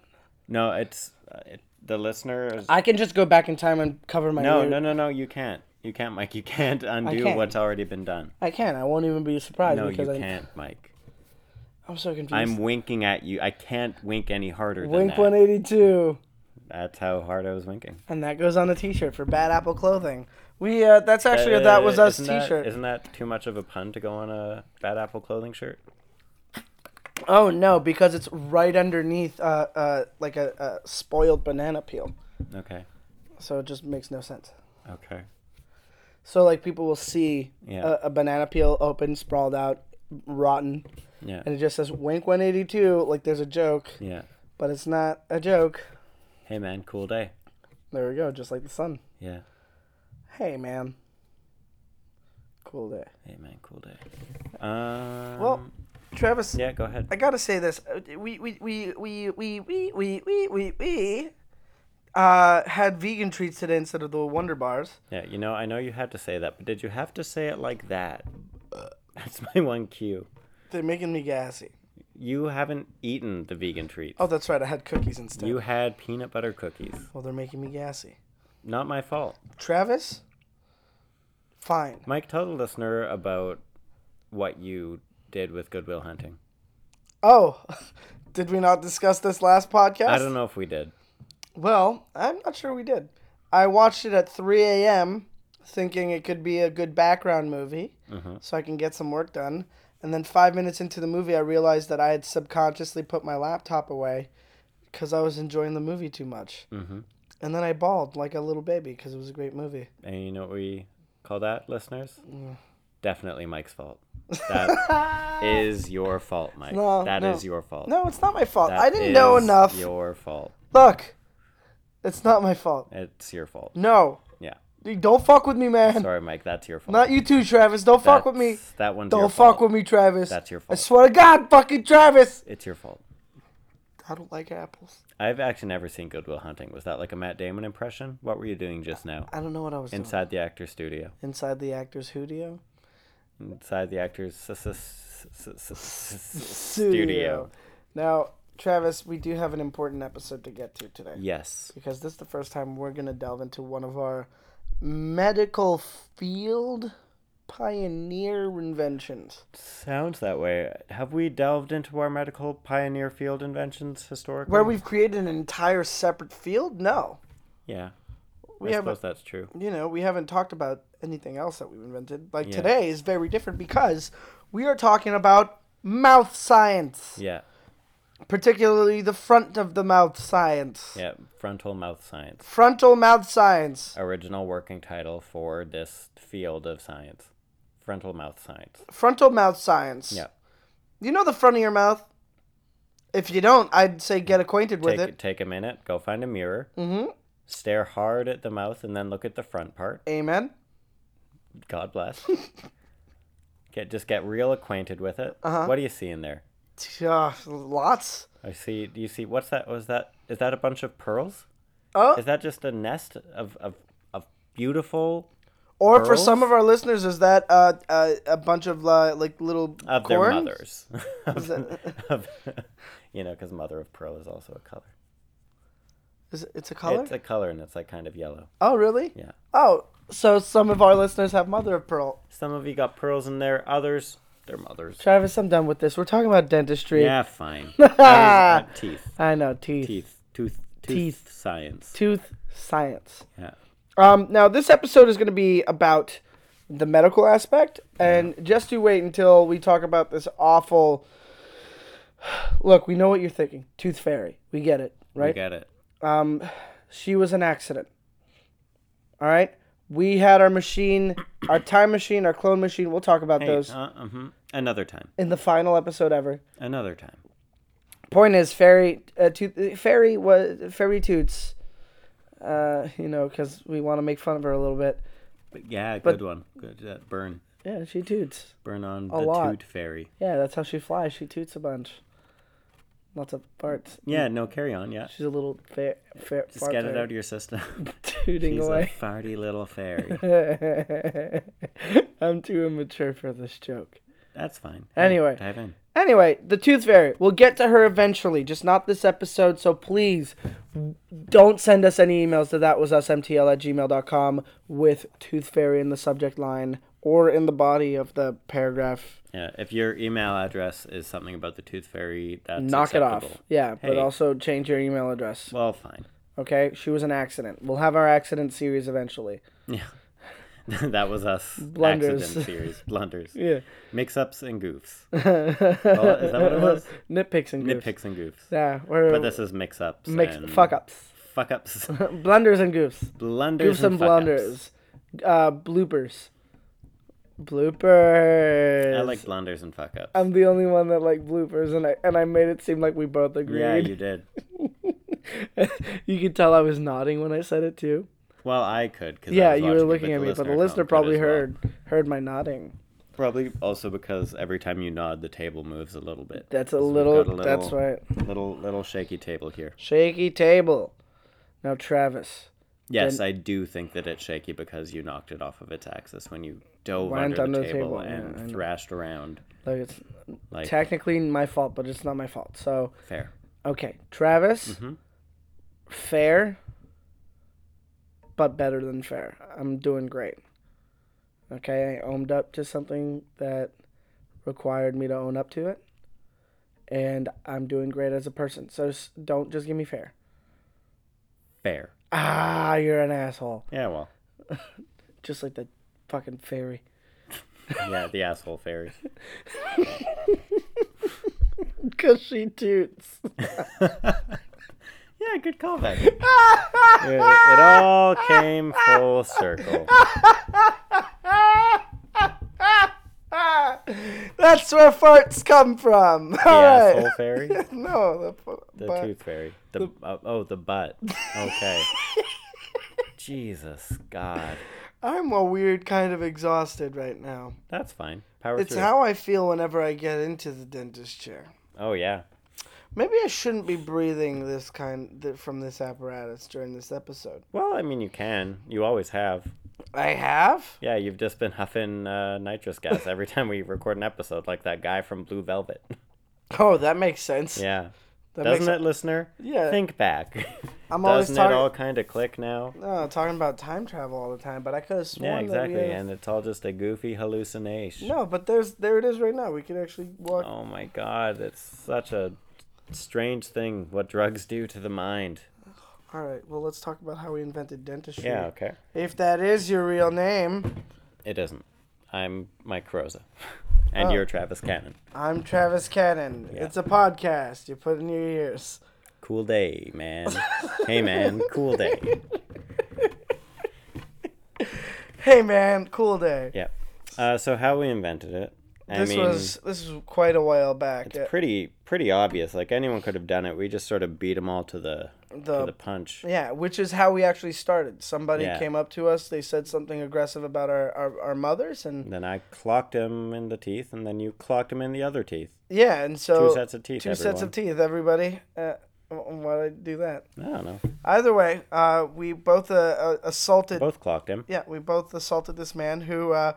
[SPEAKER 2] No, it's uh, it, the listener. Is,
[SPEAKER 1] I can just go back in time and cover my
[SPEAKER 2] no,
[SPEAKER 1] ear.
[SPEAKER 2] no, no, no. You can't. You can't, Mike. You can't undo
[SPEAKER 1] can't.
[SPEAKER 2] what's already been done.
[SPEAKER 1] I can. I won't even be surprised
[SPEAKER 2] No, you
[SPEAKER 1] because I,
[SPEAKER 2] can't, Mike.
[SPEAKER 1] I'm so confused.
[SPEAKER 2] I'm winking at you. I can't wink any harder
[SPEAKER 1] Wink
[SPEAKER 2] than that.
[SPEAKER 1] 182,
[SPEAKER 2] That's how hard I was winking.
[SPEAKER 1] and that goes on the T-shirt for Bad Apple Clothing. We uh, that's actually a that was us
[SPEAKER 2] isn't that-
[SPEAKER 1] T-shirt.
[SPEAKER 2] isn't that too much of a pun to go on a Bad Apple clothing shirt?
[SPEAKER 1] Oh no, because it's right underneath uh, uh, like a, a spoiled banana peel,
[SPEAKER 2] Okay.
[SPEAKER 1] so it just makes no sense.
[SPEAKER 2] Okay.
[SPEAKER 1] So like people will see
[SPEAKER 2] Yeah.
[SPEAKER 1] a, a banana peel open, sprawled out, rotten,
[SPEAKER 2] Yeah.
[SPEAKER 1] and it just says Wink 182. Like there's a joke,
[SPEAKER 2] Yeah.
[SPEAKER 1] but it's not a joke.
[SPEAKER 2] Hey man, cool day.
[SPEAKER 1] There we go, just like the sun.
[SPEAKER 2] Yeah.
[SPEAKER 1] Hey, man. Cool day.
[SPEAKER 2] Hey man, cool day. Um,
[SPEAKER 1] Well, Travis,
[SPEAKER 2] yeah. Go ahead.
[SPEAKER 1] I gotta say this. Uh, We we we we we we we we we we uh, had vegan treats today instead of the Wonder Bars.
[SPEAKER 2] Yeah, you know, I know you had to say that, but did you have to say it like that? That's my one cue.
[SPEAKER 1] They're making me gassy.
[SPEAKER 2] You haven't eaten the vegan treats.
[SPEAKER 1] Oh, that's right. I had cookies instead.
[SPEAKER 2] You had peanut butter cookies.
[SPEAKER 1] Well, they're making me gassy.
[SPEAKER 2] Not my fault.
[SPEAKER 1] Travis. Fine.
[SPEAKER 2] Mike, tell the listener about what you did with Goodwill Hunting.
[SPEAKER 1] Oh, did we not discuss this last podcast?
[SPEAKER 2] I don't know if we did.
[SPEAKER 1] Well, I'm not sure we did. I watched it at 3
[SPEAKER 2] Uh-huh.
[SPEAKER 1] a.m., thinking it could be a good background movie so I can get some work done. And then five minutes into the movie, I realized that I had subconsciously put my laptop away because I was enjoying the movie too much.
[SPEAKER 2] Mm-hmm.
[SPEAKER 1] And then I bawled like a little baby because it was a great movie.
[SPEAKER 2] And you know what we call that, listeners?
[SPEAKER 1] Yeah.
[SPEAKER 2] Definitely Mike's fault. That is your fault, Mike.
[SPEAKER 1] No,
[SPEAKER 2] That is
[SPEAKER 1] no.
[SPEAKER 2] your fault.
[SPEAKER 1] No, it's not my fault.
[SPEAKER 2] That
[SPEAKER 1] I didn't know
[SPEAKER 2] is
[SPEAKER 1] enough.
[SPEAKER 2] Your fault.
[SPEAKER 1] Look, it's not my fault.
[SPEAKER 2] It's your fault.
[SPEAKER 1] No.
[SPEAKER 2] Yeah.
[SPEAKER 1] Dude, Don't fuck with me, man.
[SPEAKER 2] Sorry, Mike. That's your fault.
[SPEAKER 1] Not you too, Travis. Don't fuck with me.
[SPEAKER 2] That's- That one's your
[SPEAKER 1] Don't
[SPEAKER 2] fault.
[SPEAKER 1] fuck with me, Travis.
[SPEAKER 2] That's your
[SPEAKER 1] I
[SPEAKER 2] fault.
[SPEAKER 1] swear to God, fucking Travis.
[SPEAKER 2] It's your fault.
[SPEAKER 1] I don't like apples.
[SPEAKER 2] I've actually never seen Goodwill Hunting. Was that like a Matt Damon impression? What were you doing just now?
[SPEAKER 1] I don't know what I was doing.
[SPEAKER 2] Inside the actor's studio.
[SPEAKER 1] Inside the actor's studio.
[SPEAKER 2] Inside the actor's s- s- s- s- s- studio.
[SPEAKER 1] Now, Travis, we do have an important episode to get to today
[SPEAKER 2] Yes.
[SPEAKER 1] because this is the first time we're going to delve into one of our medical field pioneer inventions.
[SPEAKER 2] Sounds that way. Have we delved into our medical pioneer field inventions historically?
[SPEAKER 1] Where we've created an entire separate field? No.
[SPEAKER 2] Yeah.
[SPEAKER 1] We
[SPEAKER 2] I
[SPEAKER 1] haven't-
[SPEAKER 2] suppose that's true.
[SPEAKER 1] You know, we haven't talked about anything else that we've invented. Like
[SPEAKER 2] Yeah.
[SPEAKER 1] today is very different because we are talking about mouth science,
[SPEAKER 2] Yeah.
[SPEAKER 1] particularly the front of the mouth science.
[SPEAKER 2] Yeah. Uh, Frontal mouth science.
[SPEAKER 1] Frontal mouth science.
[SPEAKER 2] Original working title for this field of science. Frontal mouth science.
[SPEAKER 1] Frontal mouth science.
[SPEAKER 2] Yeah.
[SPEAKER 1] You know the front of your mouth? If you don't, I'd say get acquainted with
[SPEAKER 2] Take
[SPEAKER 1] it.
[SPEAKER 2] take a minute, go find a mirror,
[SPEAKER 1] Mhm.
[SPEAKER 2] stare hard at the mouth and then look at the front part.
[SPEAKER 1] Amen.
[SPEAKER 2] God bless. get just get real acquainted with it.
[SPEAKER 1] Uh-huh.
[SPEAKER 2] What do you see in there?
[SPEAKER 1] T- Uh, lots.
[SPEAKER 2] I see. Do you see? What's that? Was that? Is that a bunch of pearls?
[SPEAKER 1] Oh,
[SPEAKER 2] Is that just a nest of of of beautiful
[SPEAKER 1] or for some
[SPEAKER 2] pearls?
[SPEAKER 1] of our listeners, is that uh, uh, a bunch of uh, like little
[SPEAKER 2] of
[SPEAKER 1] corns?
[SPEAKER 2] their mothers?
[SPEAKER 1] Is that-
[SPEAKER 2] Of- you know, because mother of pearl is also a color.
[SPEAKER 1] Is it, it's a color?
[SPEAKER 2] It's a color, and it's like kind of yellow.
[SPEAKER 1] Oh, really?
[SPEAKER 2] Yeah.
[SPEAKER 1] Oh, so some of our listeners have mother of pearl.
[SPEAKER 2] Some of you got pearls in there. Others, they're mothers.
[SPEAKER 1] Travis, I'm done with this. We're talking about dentistry.
[SPEAKER 2] Yeah, fine. I was- uh, teeth,
[SPEAKER 1] I know teeth.
[SPEAKER 2] teeth, tooth, tooth,
[SPEAKER 1] Teeth.
[SPEAKER 2] science.
[SPEAKER 1] Tooth science.
[SPEAKER 2] Yeah.
[SPEAKER 1] Um, now this episode is going to be about the medical aspect, and just you wait until we talk about this awful. Look, we know what you're thinking. Tooth fairy, we get it,
[SPEAKER 2] We
[SPEAKER 1] right?
[SPEAKER 2] get it.
[SPEAKER 1] um, she was an accident. All right, we had our machine, our time machine, our clone machine. We'll talk about
[SPEAKER 2] Hey,
[SPEAKER 1] those
[SPEAKER 2] uh, mhm. Another time.
[SPEAKER 1] in the final episode ever.
[SPEAKER 2] Another time.
[SPEAKER 1] Point is, fairy, uh, tooth, fairy was fairy toots. Uh, you know, because we want to make fun of her a little bit.
[SPEAKER 2] But yeah, good one. Good uh, burn.
[SPEAKER 1] Yeah, she toots.
[SPEAKER 2] Burn on
[SPEAKER 1] A
[SPEAKER 2] the
[SPEAKER 1] lot.
[SPEAKER 2] toot fairy.
[SPEAKER 1] Yeah, that's how she flies. She toots a bunch. Lots of farts.
[SPEAKER 2] Yeah, no, carry on. Yeah.
[SPEAKER 1] She's a little fair, fair,
[SPEAKER 2] Just get it out of your system.
[SPEAKER 1] tooting
[SPEAKER 2] She's
[SPEAKER 1] away.
[SPEAKER 2] a farty little fairy.
[SPEAKER 1] I'm too immature for this joke.
[SPEAKER 2] That's fine.
[SPEAKER 1] Anyway.
[SPEAKER 2] Dive in.
[SPEAKER 1] Anyway, the tooth fairy. We'll get to her eventually, just not this episode. So please don't send us any emails to that was us mtl at gmail.com with tooth fairy in the subject line or in the body of the paragraph.
[SPEAKER 2] Yeah, if your email address is something about the tooth fairy, that's
[SPEAKER 1] Knock it off.
[SPEAKER 2] acceptable.
[SPEAKER 1] Yeah, but
[SPEAKER 2] Hey.
[SPEAKER 1] also change your email address.
[SPEAKER 2] Well, fine.
[SPEAKER 1] Okay, she was an accident. We'll have our accident series eventually.
[SPEAKER 2] Yeah. that was us.
[SPEAKER 1] Blunders.
[SPEAKER 2] Accident series. Blunders.
[SPEAKER 1] Yeah.
[SPEAKER 2] Mix-ups and goofs. oh, is that what it was?
[SPEAKER 1] Nitpicks and goofs.
[SPEAKER 2] Nitpicks and goofs.
[SPEAKER 1] Yeah, we're
[SPEAKER 2] But this is mix-ups.
[SPEAKER 1] mix
[SPEAKER 2] and
[SPEAKER 1] fuck ups,
[SPEAKER 2] Fuck-ups.
[SPEAKER 1] blunders and goofs,
[SPEAKER 2] Blunders
[SPEAKER 1] goofs and
[SPEAKER 2] fuck-ups.
[SPEAKER 1] blunders, uh, bloopers, bloopers.
[SPEAKER 2] I like blunders and fuck-ups.
[SPEAKER 1] I'm the only one that like bloopers, and I and I made it seem like we both
[SPEAKER 2] yeah, you
[SPEAKER 1] agreed.
[SPEAKER 2] did.
[SPEAKER 1] you could tell I was nodding when I said it too.
[SPEAKER 2] Well, I could. Cause I
[SPEAKER 1] Yeah,
[SPEAKER 2] was
[SPEAKER 1] you were
[SPEAKER 2] watching it,
[SPEAKER 1] looking at me, but the listener probably
[SPEAKER 2] probably could as well.
[SPEAKER 1] heard heard my nodding.
[SPEAKER 2] Probably also because every time you nod, the table moves a little bit.
[SPEAKER 1] That's a
[SPEAKER 2] So we've
[SPEAKER 1] little.
[SPEAKER 2] got a
[SPEAKER 1] That's right.
[SPEAKER 2] Little little shaky table here.
[SPEAKER 1] Shaky table. Now Travis.
[SPEAKER 2] Yes, I do think that it's shaky because you knocked it off of its axis when you dove
[SPEAKER 1] Went
[SPEAKER 2] under,
[SPEAKER 1] under
[SPEAKER 2] the
[SPEAKER 1] the
[SPEAKER 2] table,
[SPEAKER 1] table, yeah,
[SPEAKER 2] and
[SPEAKER 1] I know.
[SPEAKER 2] thrashed around.
[SPEAKER 1] Like it's
[SPEAKER 2] Like
[SPEAKER 1] technically my fault, but it's not my fault. So
[SPEAKER 2] fair.
[SPEAKER 1] okay, Travis,
[SPEAKER 2] Mhm.
[SPEAKER 1] fair, but better than fair. I'm doing great. Okay, I owned up to something that required me to own up to it, and I'm doing great as a person. So s- don't just give me fair.
[SPEAKER 2] Fair.
[SPEAKER 1] Ah, you're an asshole,
[SPEAKER 2] Yeah, well.
[SPEAKER 1] just like the fucking fairy.
[SPEAKER 2] Yeah, the asshole fairies.
[SPEAKER 1] because she toots.
[SPEAKER 2] Yeah, good callback. it, it all came full circle.
[SPEAKER 1] That's where farts come from.
[SPEAKER 2] The
[SPEAKER 1] All right.
[SPEAKER 2] asshole fairy,
[SPEAKER 1] No, the, fu-
[SPEAKER 2] the
[SPEAKER 1] but-
[SPEAKER 2] tooth fairy, the, oh, oh the butt. Okay. Jesus God,
[SPEAKER 1] I'm a weird kind of exhausted right now.
[SPEAKER 2] that's fine. Power
[SPEAKER 1] It's
[SPEAKER 2] through.
[SPEAKER 1] how I feel whenever I get into the dentist chair.
[SPEAKER 2] oh yeah,
[SPEAKER 1] Maybe I shouldn't be breathing this kind th- from this apparatus during this episode.
[SPEAKER 2] Well, I mean, you can. You always have.
[SPEAKER 1] I have.
[SPEAKER 2] Yeah, you've just been huffing uh, nitrous gas every time we record an episode, like that guy from Blue Velvet.
[SPEAKER 1] Oh, that makes sense.
[SPEAKER 2] Yeah.
[SPEAKER 1] that
[SPEAKER 2] Doesn't
[SPEAKER 1] makes,
[SPEAKER 2] it, listener?
[SPEAKER 1] Yeah.
[SPEAKER 2] Think back.
[SPEAKER 1] I'm always
[SPEAKER 2] Doesn't it
[SPEAKER 1] talking.
[SPEAKER 2] all kind of click now?
[SPEAKER 1] No, talking about time travel all the time, but I could have sworn
[SPEAKER 2] Yeah,
[SPEAKER 1] that
[SPEAKER 2] exactly.
[SPEAKER 1] we had-
[SPEAKER 2] And it's all just a goofy hallucination.
[SPEAKER 1] No, but there's there it is right now. We could actually walk.
[SPEAKER 2] Oh my god, it's such a strange thing what drugs do to the mind.
[SPEAKER 1] All right. Well, let's talk about how we invented dentistry.
[SPEAKER 2] Yeah, okay.
[SPEAKER 1] If that is your real name,
[SPEAKER 2] It isn't. I'm Mike Rosa. and
[SPEAKER 1] Oh.
[SPEAKER 2] you're Travis Cannon.
[SPEAKER 1] I'm Travis Cannon. It's a podcast. You put in your ears.
[SPEAKER 2] Cool day, man. hey, man. Cool day.
[SPEAKER 1] Hey man, cool day.
[SPEAKER 2] Yeah. Uh, so how we invented it? I
[SPEAKER 1] this
[SPEAKER 2] mean,
[SPEAKER 1] was this was quite a while back.
[SPEAKER 2] it's
[SPEAKER 1] Yeah,
[SPEAKER 2] pretty pretty obvious. Like anyone could have done it. We just sort of beat them all to the
[SPEAKER 1] The-
[SPEAKER 2] to the punch.
[SPEAKER 1] yeah, which is how we actually started. Somebody
[SPEAKER 2] Yeah.
[SPEAKER 1] came up to us. They said something aggressive about our, our, our mothers, and
[SPEAKER 2] And then I clocked him in the teeth, and then you clocked him in the other teeth.
[SPEAKER 1] yeah, and so
[SPEAKER 2] Two sets of teeth.
[SPEAKER 1] two
[SPEAKER 2] everyone.
[SPEAKER 1] sets of teeth. Everybody, uh, why did I do that?
[SPEAKER 2] I don't know.
[SPEAKER 1] Either way, uh, we both uh, uh, assaulted.
[SPEAKER 2] Both clocked him.
[SPEAKER 1] Yeah, we both assaulted this man who uh,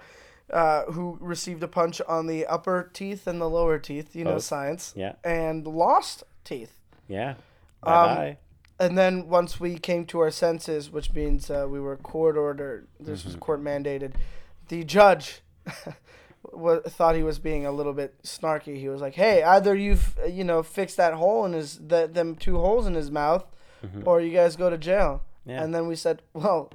[SPEAKER 1] uh, who received a punch on the upper teeth and the lower teeth. You know
[SPEAKER 2] Both.
[SPEAKER 1] science.
[SPEAKER 2] Oh, Yeah.
[SPEAKER 1] And lost teeth.
[SPEAKER 2] Yeah.
[SPEAKER 1] Um,
[SPEAKER 2] Bye bye.
[SPEAKER 1] And then once we came to our senses, which means uh, we were court ordered, this was
[SPEAKER 2] Mm-hmm.
[SPEAKER 1] court mandated, the judge wa thought he was being a little bit snarky. He was like, "Hey, either you've uh, you know fixed that hole in his that them two holes in his mouth, or you guys go to jail."
[SPEAKER 2] Mm-hmm. Yeah.
[SPEAKER 1] And then we said, "Well,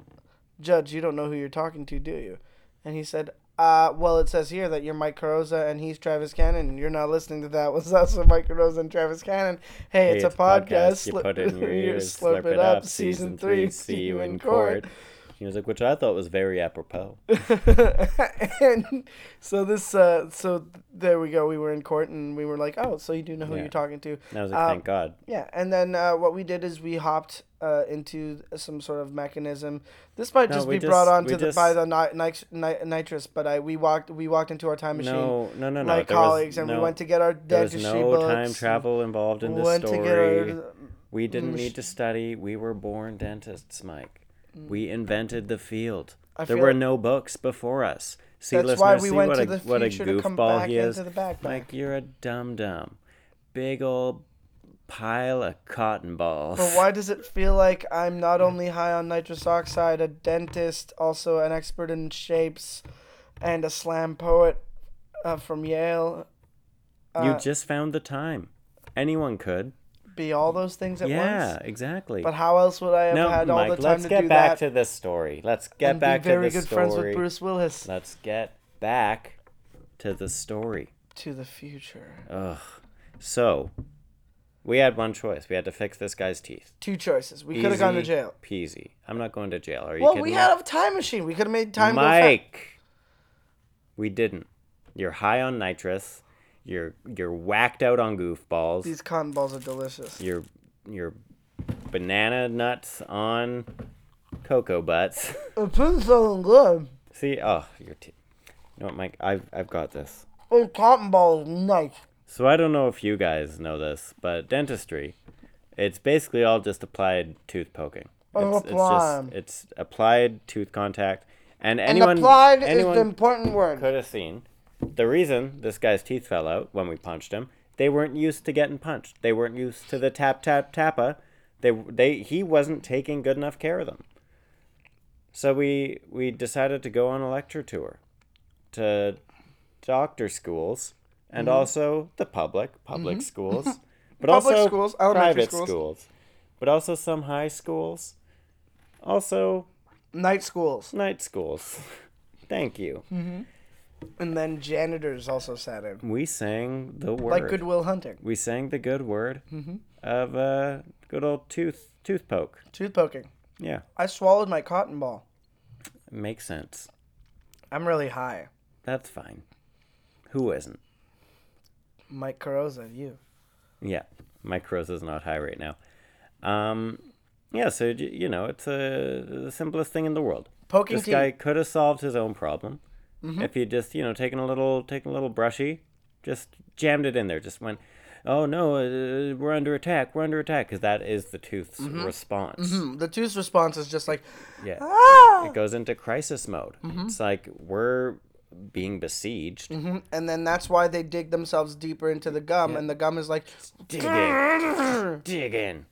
[SPEAKER 1] judge, you don't know who you're talking to, do you?" And he said. Uh, well, it says here that you're Mike Carosa and he's Travis Cannon. and You're not listening to that. Was us with Mike Carosa and Travis Cannon? Hey,
[SPEAKER 2] Hey,
[SPEAKER 1] it's, a podcast.
[SPEAKER 2] You
[SPEAKER 1] Slip-
[SPEAKER 2] put it in your ears.
[SPEAKER 1] slurp it up.
[SPEAKER 2] Season three. See you in court. He was like, which I thought was very apropos.
[SPEAKER 1] and so this, uh, so there we go. We were in court, and we were like, "Oh, so you do know who
[SPEAKER 2] Yeah.
[SPEAKER 1] you're talking to?"
[SPEAKER 2] And I was like,
[SPEAKER 1] Um,
[SPEAKER 2] thank God.
[SPEAKER 1] Yeah. And then uh, what we did is we hopped uh, into some sort of mechanism. This might
[SPEAKER 2] No,
[SPEAKER 1] just
[SPEAKER 2] we
[SPEAKER 1] be
[SPEAKER 2] just-
[SPEAKER 1] brought on
[SPEAKER 2] we
[SPEAKER 1] to the,
[SPEAKER 2] just-
[SPEAKER 1] by the ni- nit- nit- nitrous, but I we walked we walked into our time machine.
[SPEAKER 2] No, no, no, no.
[SPEAKER 1] my
[SPEAKER 2] there was
[SPEAKER 1] colleagues and we
[SPEAKER 2] no-
[SPEAKER 1] went to get our
[SPEAKER 2] There was
[SPEAKER 1] dentistry
[SPEAKER 2] no
[SPEAKER 1] books.
[SPEAKER 2] time travel involved in this
[SPEAKER 1] went to get
[SPEAKER 2] story.
[SPEAKER 1] our uh,
[SPEAKER 2] We didn't need to study. We were born dentists, Mike. We invented the field.
[SPEAKER 1] Mm. I
[SPEAKER 2] there
[SPEAKER 1] feel-
[SPEAKER 2] were no books before us. See,
[SPEAKER 1] That's
[SPEAKER 2] listeners,
[SPEAKER 1] why we
[SPEAKER 2] see
[SPEAKER 1] went
[SPEAKER 2] what
[SPEAKER 1] to
[SPEAKER 2] a,
[SPEAKER 1] the
[SPEAKER 2] what a
[SPEAKER 1] future to come
[SPEAKER 2] goofball
[SPEAKER 1] back
[SPEAKER 2] he is.
[SPEAKER 1] into the backpack.
[SPEAKER 2] Mike, you're a dum dum, big old pile of cotton balls.
[SPEAKER 1] But why does it feel like I'm not only high on nitrous oxide, a dentist, also an expert in shapes, and a slam poet uh, from Yale? uh,
[SPEAKER 2] you just found the time. Anyone could.
[SPEAKER 1] Be all those things at
[SPEAKER 2] Yeah,
[SPEAKER 1] once?
[SPEAKER 2] exactly.
[SPEAKER 1] But how else would I have
[SPEAKER 2] no,
[SPEAKER 1] had all the
[SPEAKER 2] Mike,
[SPEAKER 1] time
[SPEAKER 2] let's
[SPEAKER 1] to
[SPEAKER 2] get
[SPEAKER 1] do
[SPEAKER 2] back
[SPEAKER 1] that?
[SPEAKER 2] to this story. Let's get
[SPEAKER 1] and
[SPEAKER 2] back
[SPEAKER 1] be very
[SPEAKER 2] to the
[SPEAKER 1] good
[SPEAKER 2] story.
[SPEAKER 1] friends with Bruce Willis.
[SPEAKER 2] Let's get back to the story.
[SPEAKER 1] To the future.
[SPEAKER 2] Ugh. So, we had one choice. We had to fix this guy's teeth.
[SPEAKER 1] Two choices. We could have gone to
[SPEAKER 2] Easy
[SPEAKER 1] jail.
[SPEAKER 2] Peasy. I'm not going to jail. Are you
[SPEAKER 1] Well,
[SPEAKER 2] kidding
[SPEAKER 1] we
[SPEAKER 2] me?
[SPEAKER 1] had a time machine. We could have made time go
[SPEAKER 2] Mike. we didn't. You're high on nitrous. You're you're whacked out on goofballs.
[SPEAKER 1] These cotton balls are delicious.
[SPEAKER 2] You're you're banana nuts on cocoa butts.
[SPEAKER 1] It feels so good.
[SPEAKER 2] See, oh, your teeth. You know what, Mike? I've I've got this.
[SPEAKER 1] Oh, cotton ball is nice.
[SPEAKER 2] So I don't know if you guys know this, but dentistry, it's basically all just applied tooth poking.
[SPEAKER 1] Oh,
[SPEAKER 2] It's, it's
[SPEAKER 1] applied.
[SPEAKER 2] just it's applied tooth contact, and
[SPEAKER 1] And
[SPEAKER 2] anyone
[SPEAKER 1] applied
[SPEAKER 2] anyone
[SPEAKER 1] is the important word.
[SPEAKER 2] could have seen. The reason this guy's teeth fell out when we punched him, they weren't used to getting punched. They weren't used to the tap tap tappa. They they he wasn't taking good enough care of them. So we we decided to go on a lecture tour to doctor schools and
[SPEAKER 1] Mm-hmm.
[SPEAKER 2] also the public public schools, but
[SPEAKER 1] Public
[SPEAKER 2] also
[SPEAKER 1] schools, elementary
[SPEAKER 2] private
[SPEAKER 1] schools.
[SPEAKER 2] schools, but also some high schools, also
[SPEAKER 1] Night schools.
[SPEAKER 2] night schools. Thank you.
[SPEAKER 1] And then janitors also sat in.
[SPEAKER 2] We sang the word.
[SPEAKER 1] Like Goodwill Hunting.
[SPEAKER 2] we sang the good word of uh, good old tooth tooth poke.
[SPEAKER 1] Tooth poking.
[SPEAKER 2] Yeah,
[SPEAKER 1] I swallowed my cotton ball.
[SPEAKER 2] makes sense.
[SPEAKER 1] I'm really high.
[SPEAKER 2] That's fine. Who isn't?
[SPEAKER 1] Mike Carosa, you.
[SPEAKER 2] Yeah, my crows is not high right now. Um, yeah, so j- you know, it's uh the simplest thing in the world.
[SPEAKER 1] Poking
[SPEAKER 2] This
[SPEAKER 1] tea.
[SPEAKER 2] guy could have solved his own problem if he just, you know, taken a little, taken a little brushy, just jammed it in there. Just went, oh no, uh, we're under attack, we're under attack, because that is the tooth's response.
[SPEAKER 1] Hmm, The tooth's response is just like,
[SPEAKER 2] Yeah,
[SPEAKER 1] ah! Mm-hmm.
[SPEAKER 2] it goes into crisis mode. It's like we're being besieged.
[SPEAKER 1] Mhm, And then that's why they dig themselves deeper into the gum, and the gum is like, "Ah,
[SPEAKER 2] Dig in, dig in.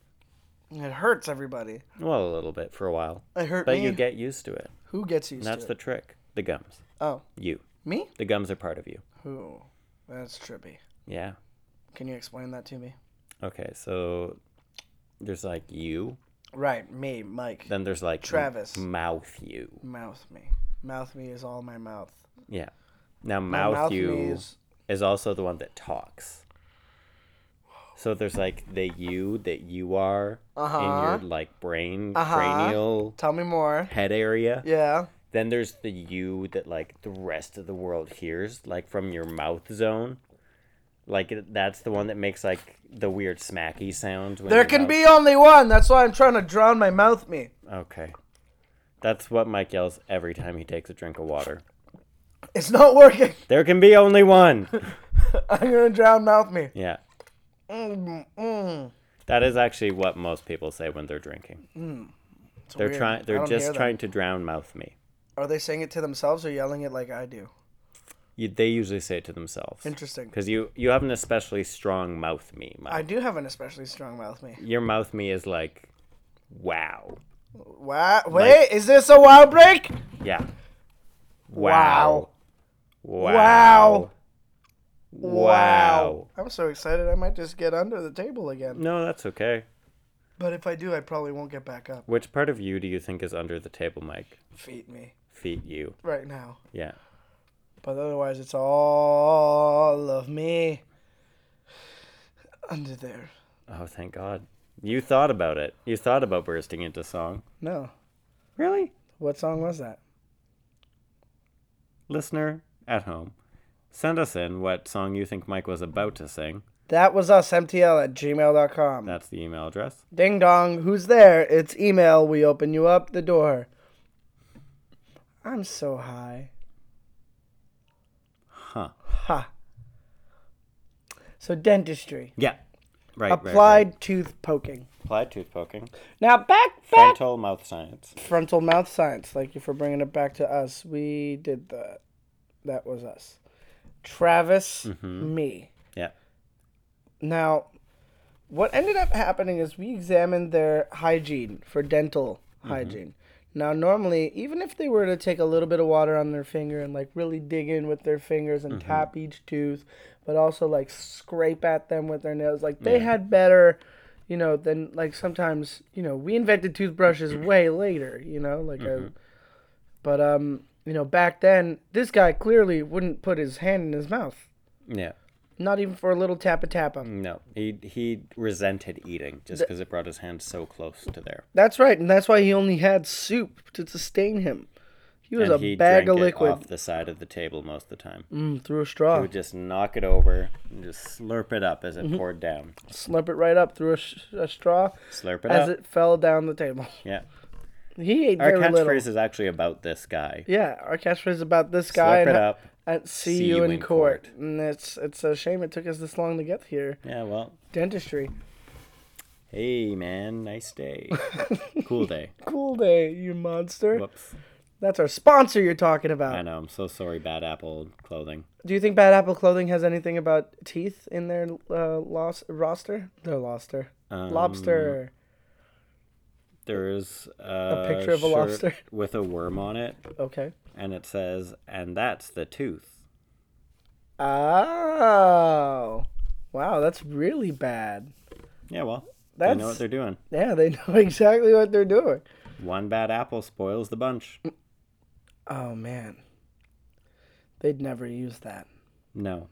[SPEAKER 1] it hurts everybody.
[SPEAKER 2] Well, a little bit for a while,
[SPEAKER 1] It hurt
[SPEAKER 2] but
[SPEAKER 1] me.
[SPEAKER 2] you get used to it.
[SPEAKER 1] Who gets used
[SPEAKER 2] That's
[SPEAKER 1] to it?
[SPEAKER 2] the trick. The gums.
[SPEAKER 1] Oh,
[SPEAKER 2] You.
[SPEAKER 1] me?
[SPEAKER 2] The gums are part of you.
[SPEAKER 1] Who? That's trippy.
[SPEAKER 2] Yeah.
[SPEAKER 1] Can you explain that to me?
[SPEAKER 2] Okay, so there's like you,
[SPEAKER 1] Right, me, Mike.
[SPEAKER 2] then there's like m-
[SPEAKER 1] Travis.
[SPEAKER 2] mouth you.
[SPEAKER 1] Mouth me. Mouth me is all my mouth.
[SPEAKER 2] Yeah. Now
[SPEAKER 1] My
[SPEAKER 2] mouth, you
[SPEAKER 1] me
[SPEAKER 2] is...
[SPEAKER 1] is-
[SPEAKER 2] also the one that talks. So there's like the you that you are
[SPEAKER 1] Uh-huh.
[SPEAKER 2] in your like brain
[SPEAKER 1] Uh-huh.
[SPEAKER 2] cranial
[SPEAKER 1] Tell me more.
[SPEAKER 2] head area.
[SPEAKER 1] Yeah.
[SPEAKER 2] Then there's the you that like the rest of the world hears, like from your mouth zone. Like it- that's the one that makes like the weird smacky sound. When
[SPEAKER 1] There
[SPEAKER 2] your
[SPEAKER 1] can
[SPEAKER 2] mouth-
[SPEAKER 1] be only one. That's why I'm trying to drown my mouth me.
[SPEAKER 2] Okay, that's what Mike yells every time he takes a drink of water.
[SPEAKER 1] It's not working.
[SPEAKER 2] There can be only one.
[SPEAKER 1] I'm gonna drown mouth me.
[SPEAKER 2] yeah,
[SPEAKER 1] Mm, mm.
[SPEAKER 2] that is actually what most people say when they're drinking.
[SPEAKER 1] It's
[SPEAKER 2] They're
[SPEAKER 1] weird.
[SPEAKER 2] trying.
[SPEAKER 1] I
[SPEAKER 2] They're
[SPEAKER 1] don't hear
[SPEAKER 2] just
[SPEAKER 1] them.
[SPEAKER 2] trying to drown mouth me.
[SPEAKER 1] Are they saying it to themselves or yelling it like I do?
[SPEAKER 2] You, they usually say it to themselves.
[SPEAKER 1] Interesting.
[SPEAKER 2] Because you you have an especially strong mouth me. Mike.
[SPEAKER 1] I do have an especially strong mouth me.
[SPEAKER 2] Your mouth me is like, wow.
[SPEAKER 1] Wow. Wait, is this a wild break?
[SPEAKER 2] Yeah.
[SPEAKER 1] Wow.
[SPEAKER 2] Wow. Wow.
[SPEAKER 1] I'm so excited. I might just get under the table again.
[SPEAKER 2] No, that's okay.
[SPEAKER 1] But if I do, I probably won't get back up.
[SPEAKER 2] Which part of you do you think is under the table, Mike?
[SPEAKER 1] Feed me
[SPEAKER 2] Feet you.
[SPEAKER 1] right now.
[SPEAKER 2] Yeah.
[SPEAKER 1] But otherwise, it's all of me under there.
[SPEAKER 2] Oh, thank God. You thought about it. You thought about bursting into song.
[SPEAKER 1] No.
[SPEAKER 2] Really?
[SPEAKER 1] What song was that?
[SPEAKER 2] Listener at home, send us in what song you think Mike was about to sing.
[SPEAKER 1] That was us, MTL at gmail.com.
[SPEAKER 2] That's the email address.
[SPEAKER 1] Ding dong, who's there? It's email. We open you up the door. I'm so high.
[SPEAKER 2] Huh.
[SPEAKER 1] Ha. So, dentistry.
[SPEAKER 2] Yeah. Right. right,
[SPEAKER 1] Applied
[SPEAKER 2] Right,
[SPEAKER 1] tooth poking.
[SPEAKER 2] Applied tooth poking.
[SPEAKER 1] Now, back, back.
[SPEAKER 2] Frontal mouth science.
[SPEAKER 1] Frontal mouth science. Thank you for bringing it back to us. We did that. That was us. Travis,
[SPEAKER 2] Mm-hmm.
[SPEAKER 1] me.
[SPEAKER 2] Yeah.
[SPEAKER 1] Now, what ended up happening is we examined their hygiene for dental hygiene. Now, normally, even if they were to take a little bit of water on their finger and like really dig in with their fingers and tap each tooth, but also like scrape at them with their nails, like they had better, you know, than like sometimes, you know, we invented toothbrushes way later, you know, like a, but, um, you know, back then, this guy clearly wouldn't put his hand in his mouth,
[SPEAKER 2] Yeah.
[SPEAKER 1] not even for a little tap a tap him.
[SPEAKER 2] No, he he resented eating just because it brought his hand so close to there.
[SPEAKER 1] That's right, and that's why he only had soup to sustain him. He was
[SPEAKER 2] and
[SPEAKER 1] a
[SPEAKER 2] he
[SPEAKER 1] bag of
[SPEAKER 2] drank it
[SPEAKER 1] liquid
[SPEAKER 2] off the side of the table most of the time.
[SPEAKER 1] mm, through a
[SPEAKER 2] He
[SPEAKER 1] straw.
[SPEAKER 2] would just knock it over and just slurp it up as it
[SPEAKER 1] Mm-hmm.
[SPEAKER 2] poured down.
[SPEAKER 1] Slurp it right up through a, sh- a straw
[SPEAKER 2] Slurp it
[SPEAKER 1] as
[SPEAKER 2] up.
[SPEAKER 1] it fell down the table.
[SPEAKER 2] yeah.
[SPEAKER 1] He ate
[SPEAKER 2] Our
[SPEAKER 1] very little.
[SPEAKER 2] catchphrase is actually about this guy.
[SPEAKER 1] Yeah, our catchphrase is about this guy
[SPEAKER 2] slurp it
[SPEAKER 1] and,
[SPEAKER 2] up.
[SPEAKER 1] and see, you in, court. And it's it's a shame it took us this long to get here.
[SPEAKER 2] Yeah, well,
[SPEAKER 1] Dentistry.
[SPEAKER 2] hey man, nice day. cool day.
[SPEAKER 1] Cool day, you monster.
[SPEAKER 2] Whoops.
[SPEAKER 1] That's our sponsor you're talking
[SPEAKER 2] I
[SPEAKER 1] about.
[SPEAKER 2] know, I'm so sorry, Bad Apple clothing.
[SPEAKER 1] Do you think Bad Apple Clothing has anything about teeth in their uh, los- roster? Their roster.
[SPEAKER 2] Um,
[SPEAKER 1] Lobster.
[SPEAKER 2] There's a,
[SPEAKER 1] picture of a
[SPEAKER 2] shirt
[SPEAKER 1] lobster.
[SPEAKER 2] with a worm on it,
[SPEAKER 1] Okay.
[SPEAKER 2] and it says, and that's the tooth.
[SPEAKER 1] Oh. Wow, that's really bad.
[SPEAKER 2] Yeah, well, they know
[SPEAKER 1] That's-
[SPEAKER 2] what they're doing.
[SPEAKER 1] Yeah, they know exactly what they're doing.
[SPEAKER 2] One bad apple spoils the bunch.
[SPEAKER 1] Oh man. They'd never use that
[SPEAKER 2] No.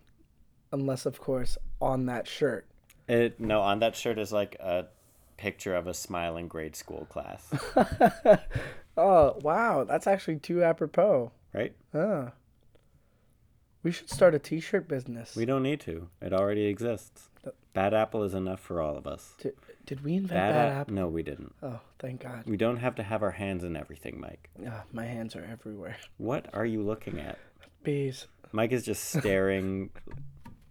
[SPEAKER 1] unless, of course, on that shirt.
[SPEAKER 2] It, no, on that shirt is like a picture of a smiling grade school class,
[SPEAKER 1] Oh wow, that's actually too apropos.
[SPEAKER 2] right?
[SPEAKER 1] Huh. We should start a T-shirt business.
[SPEAKER 2] We don't need to. It already exists. Bad apple is enough for all of us.
[SPEAKER 1] did, did we invent
[SPEAKER 2] Bad,
[SPEAKER 1] Bad
[SPEAKER 2] app-
[SPEAKER 1] Apple?
[SPEAKER 2] No, we didn't.
[SPEAKER 1] Oh, thank God.
[SPEAKER 2] We don't have to have our hands in everything, Mike.
[SPEAKER 1] Ah, my hands are everywhere.
[SPEAKER 2] What are you looking at?
[SPEAKER 1] Bees.
[SPEAKER 2] Mike is just staring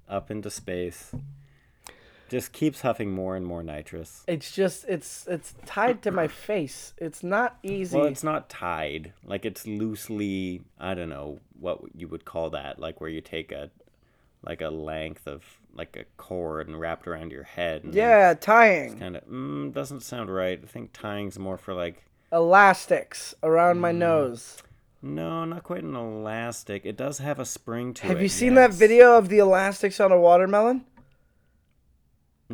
[SPEAKER 2] up into space. Just keeps huffing more and more nitrous.
[SPEAKER 1] It's just it's it's tied to my face. It's not easy.
[SPEAKER 2] Well, it's not tied. Like it's loosely, I don't know what you would call that. Like where you take a, like a length of like a cord and wrap it around your head. And
[SPEAKER 1] yeah, tying
[SPEAKER 2] Kind of mm, doesn't sound right. I think tying's more for like
[SPEAKER 1] elastics around
[SPEAKER 2] Mm.
[SPEAKER 1] my nose.
[SPEAKER 2] no, not quite an elastic. It does have a spring to it.
[SPEAKER 1] Have you seen that
[SPEAKER 2] yes.
[SPEAKER 1] video of the elastics on a watermelon?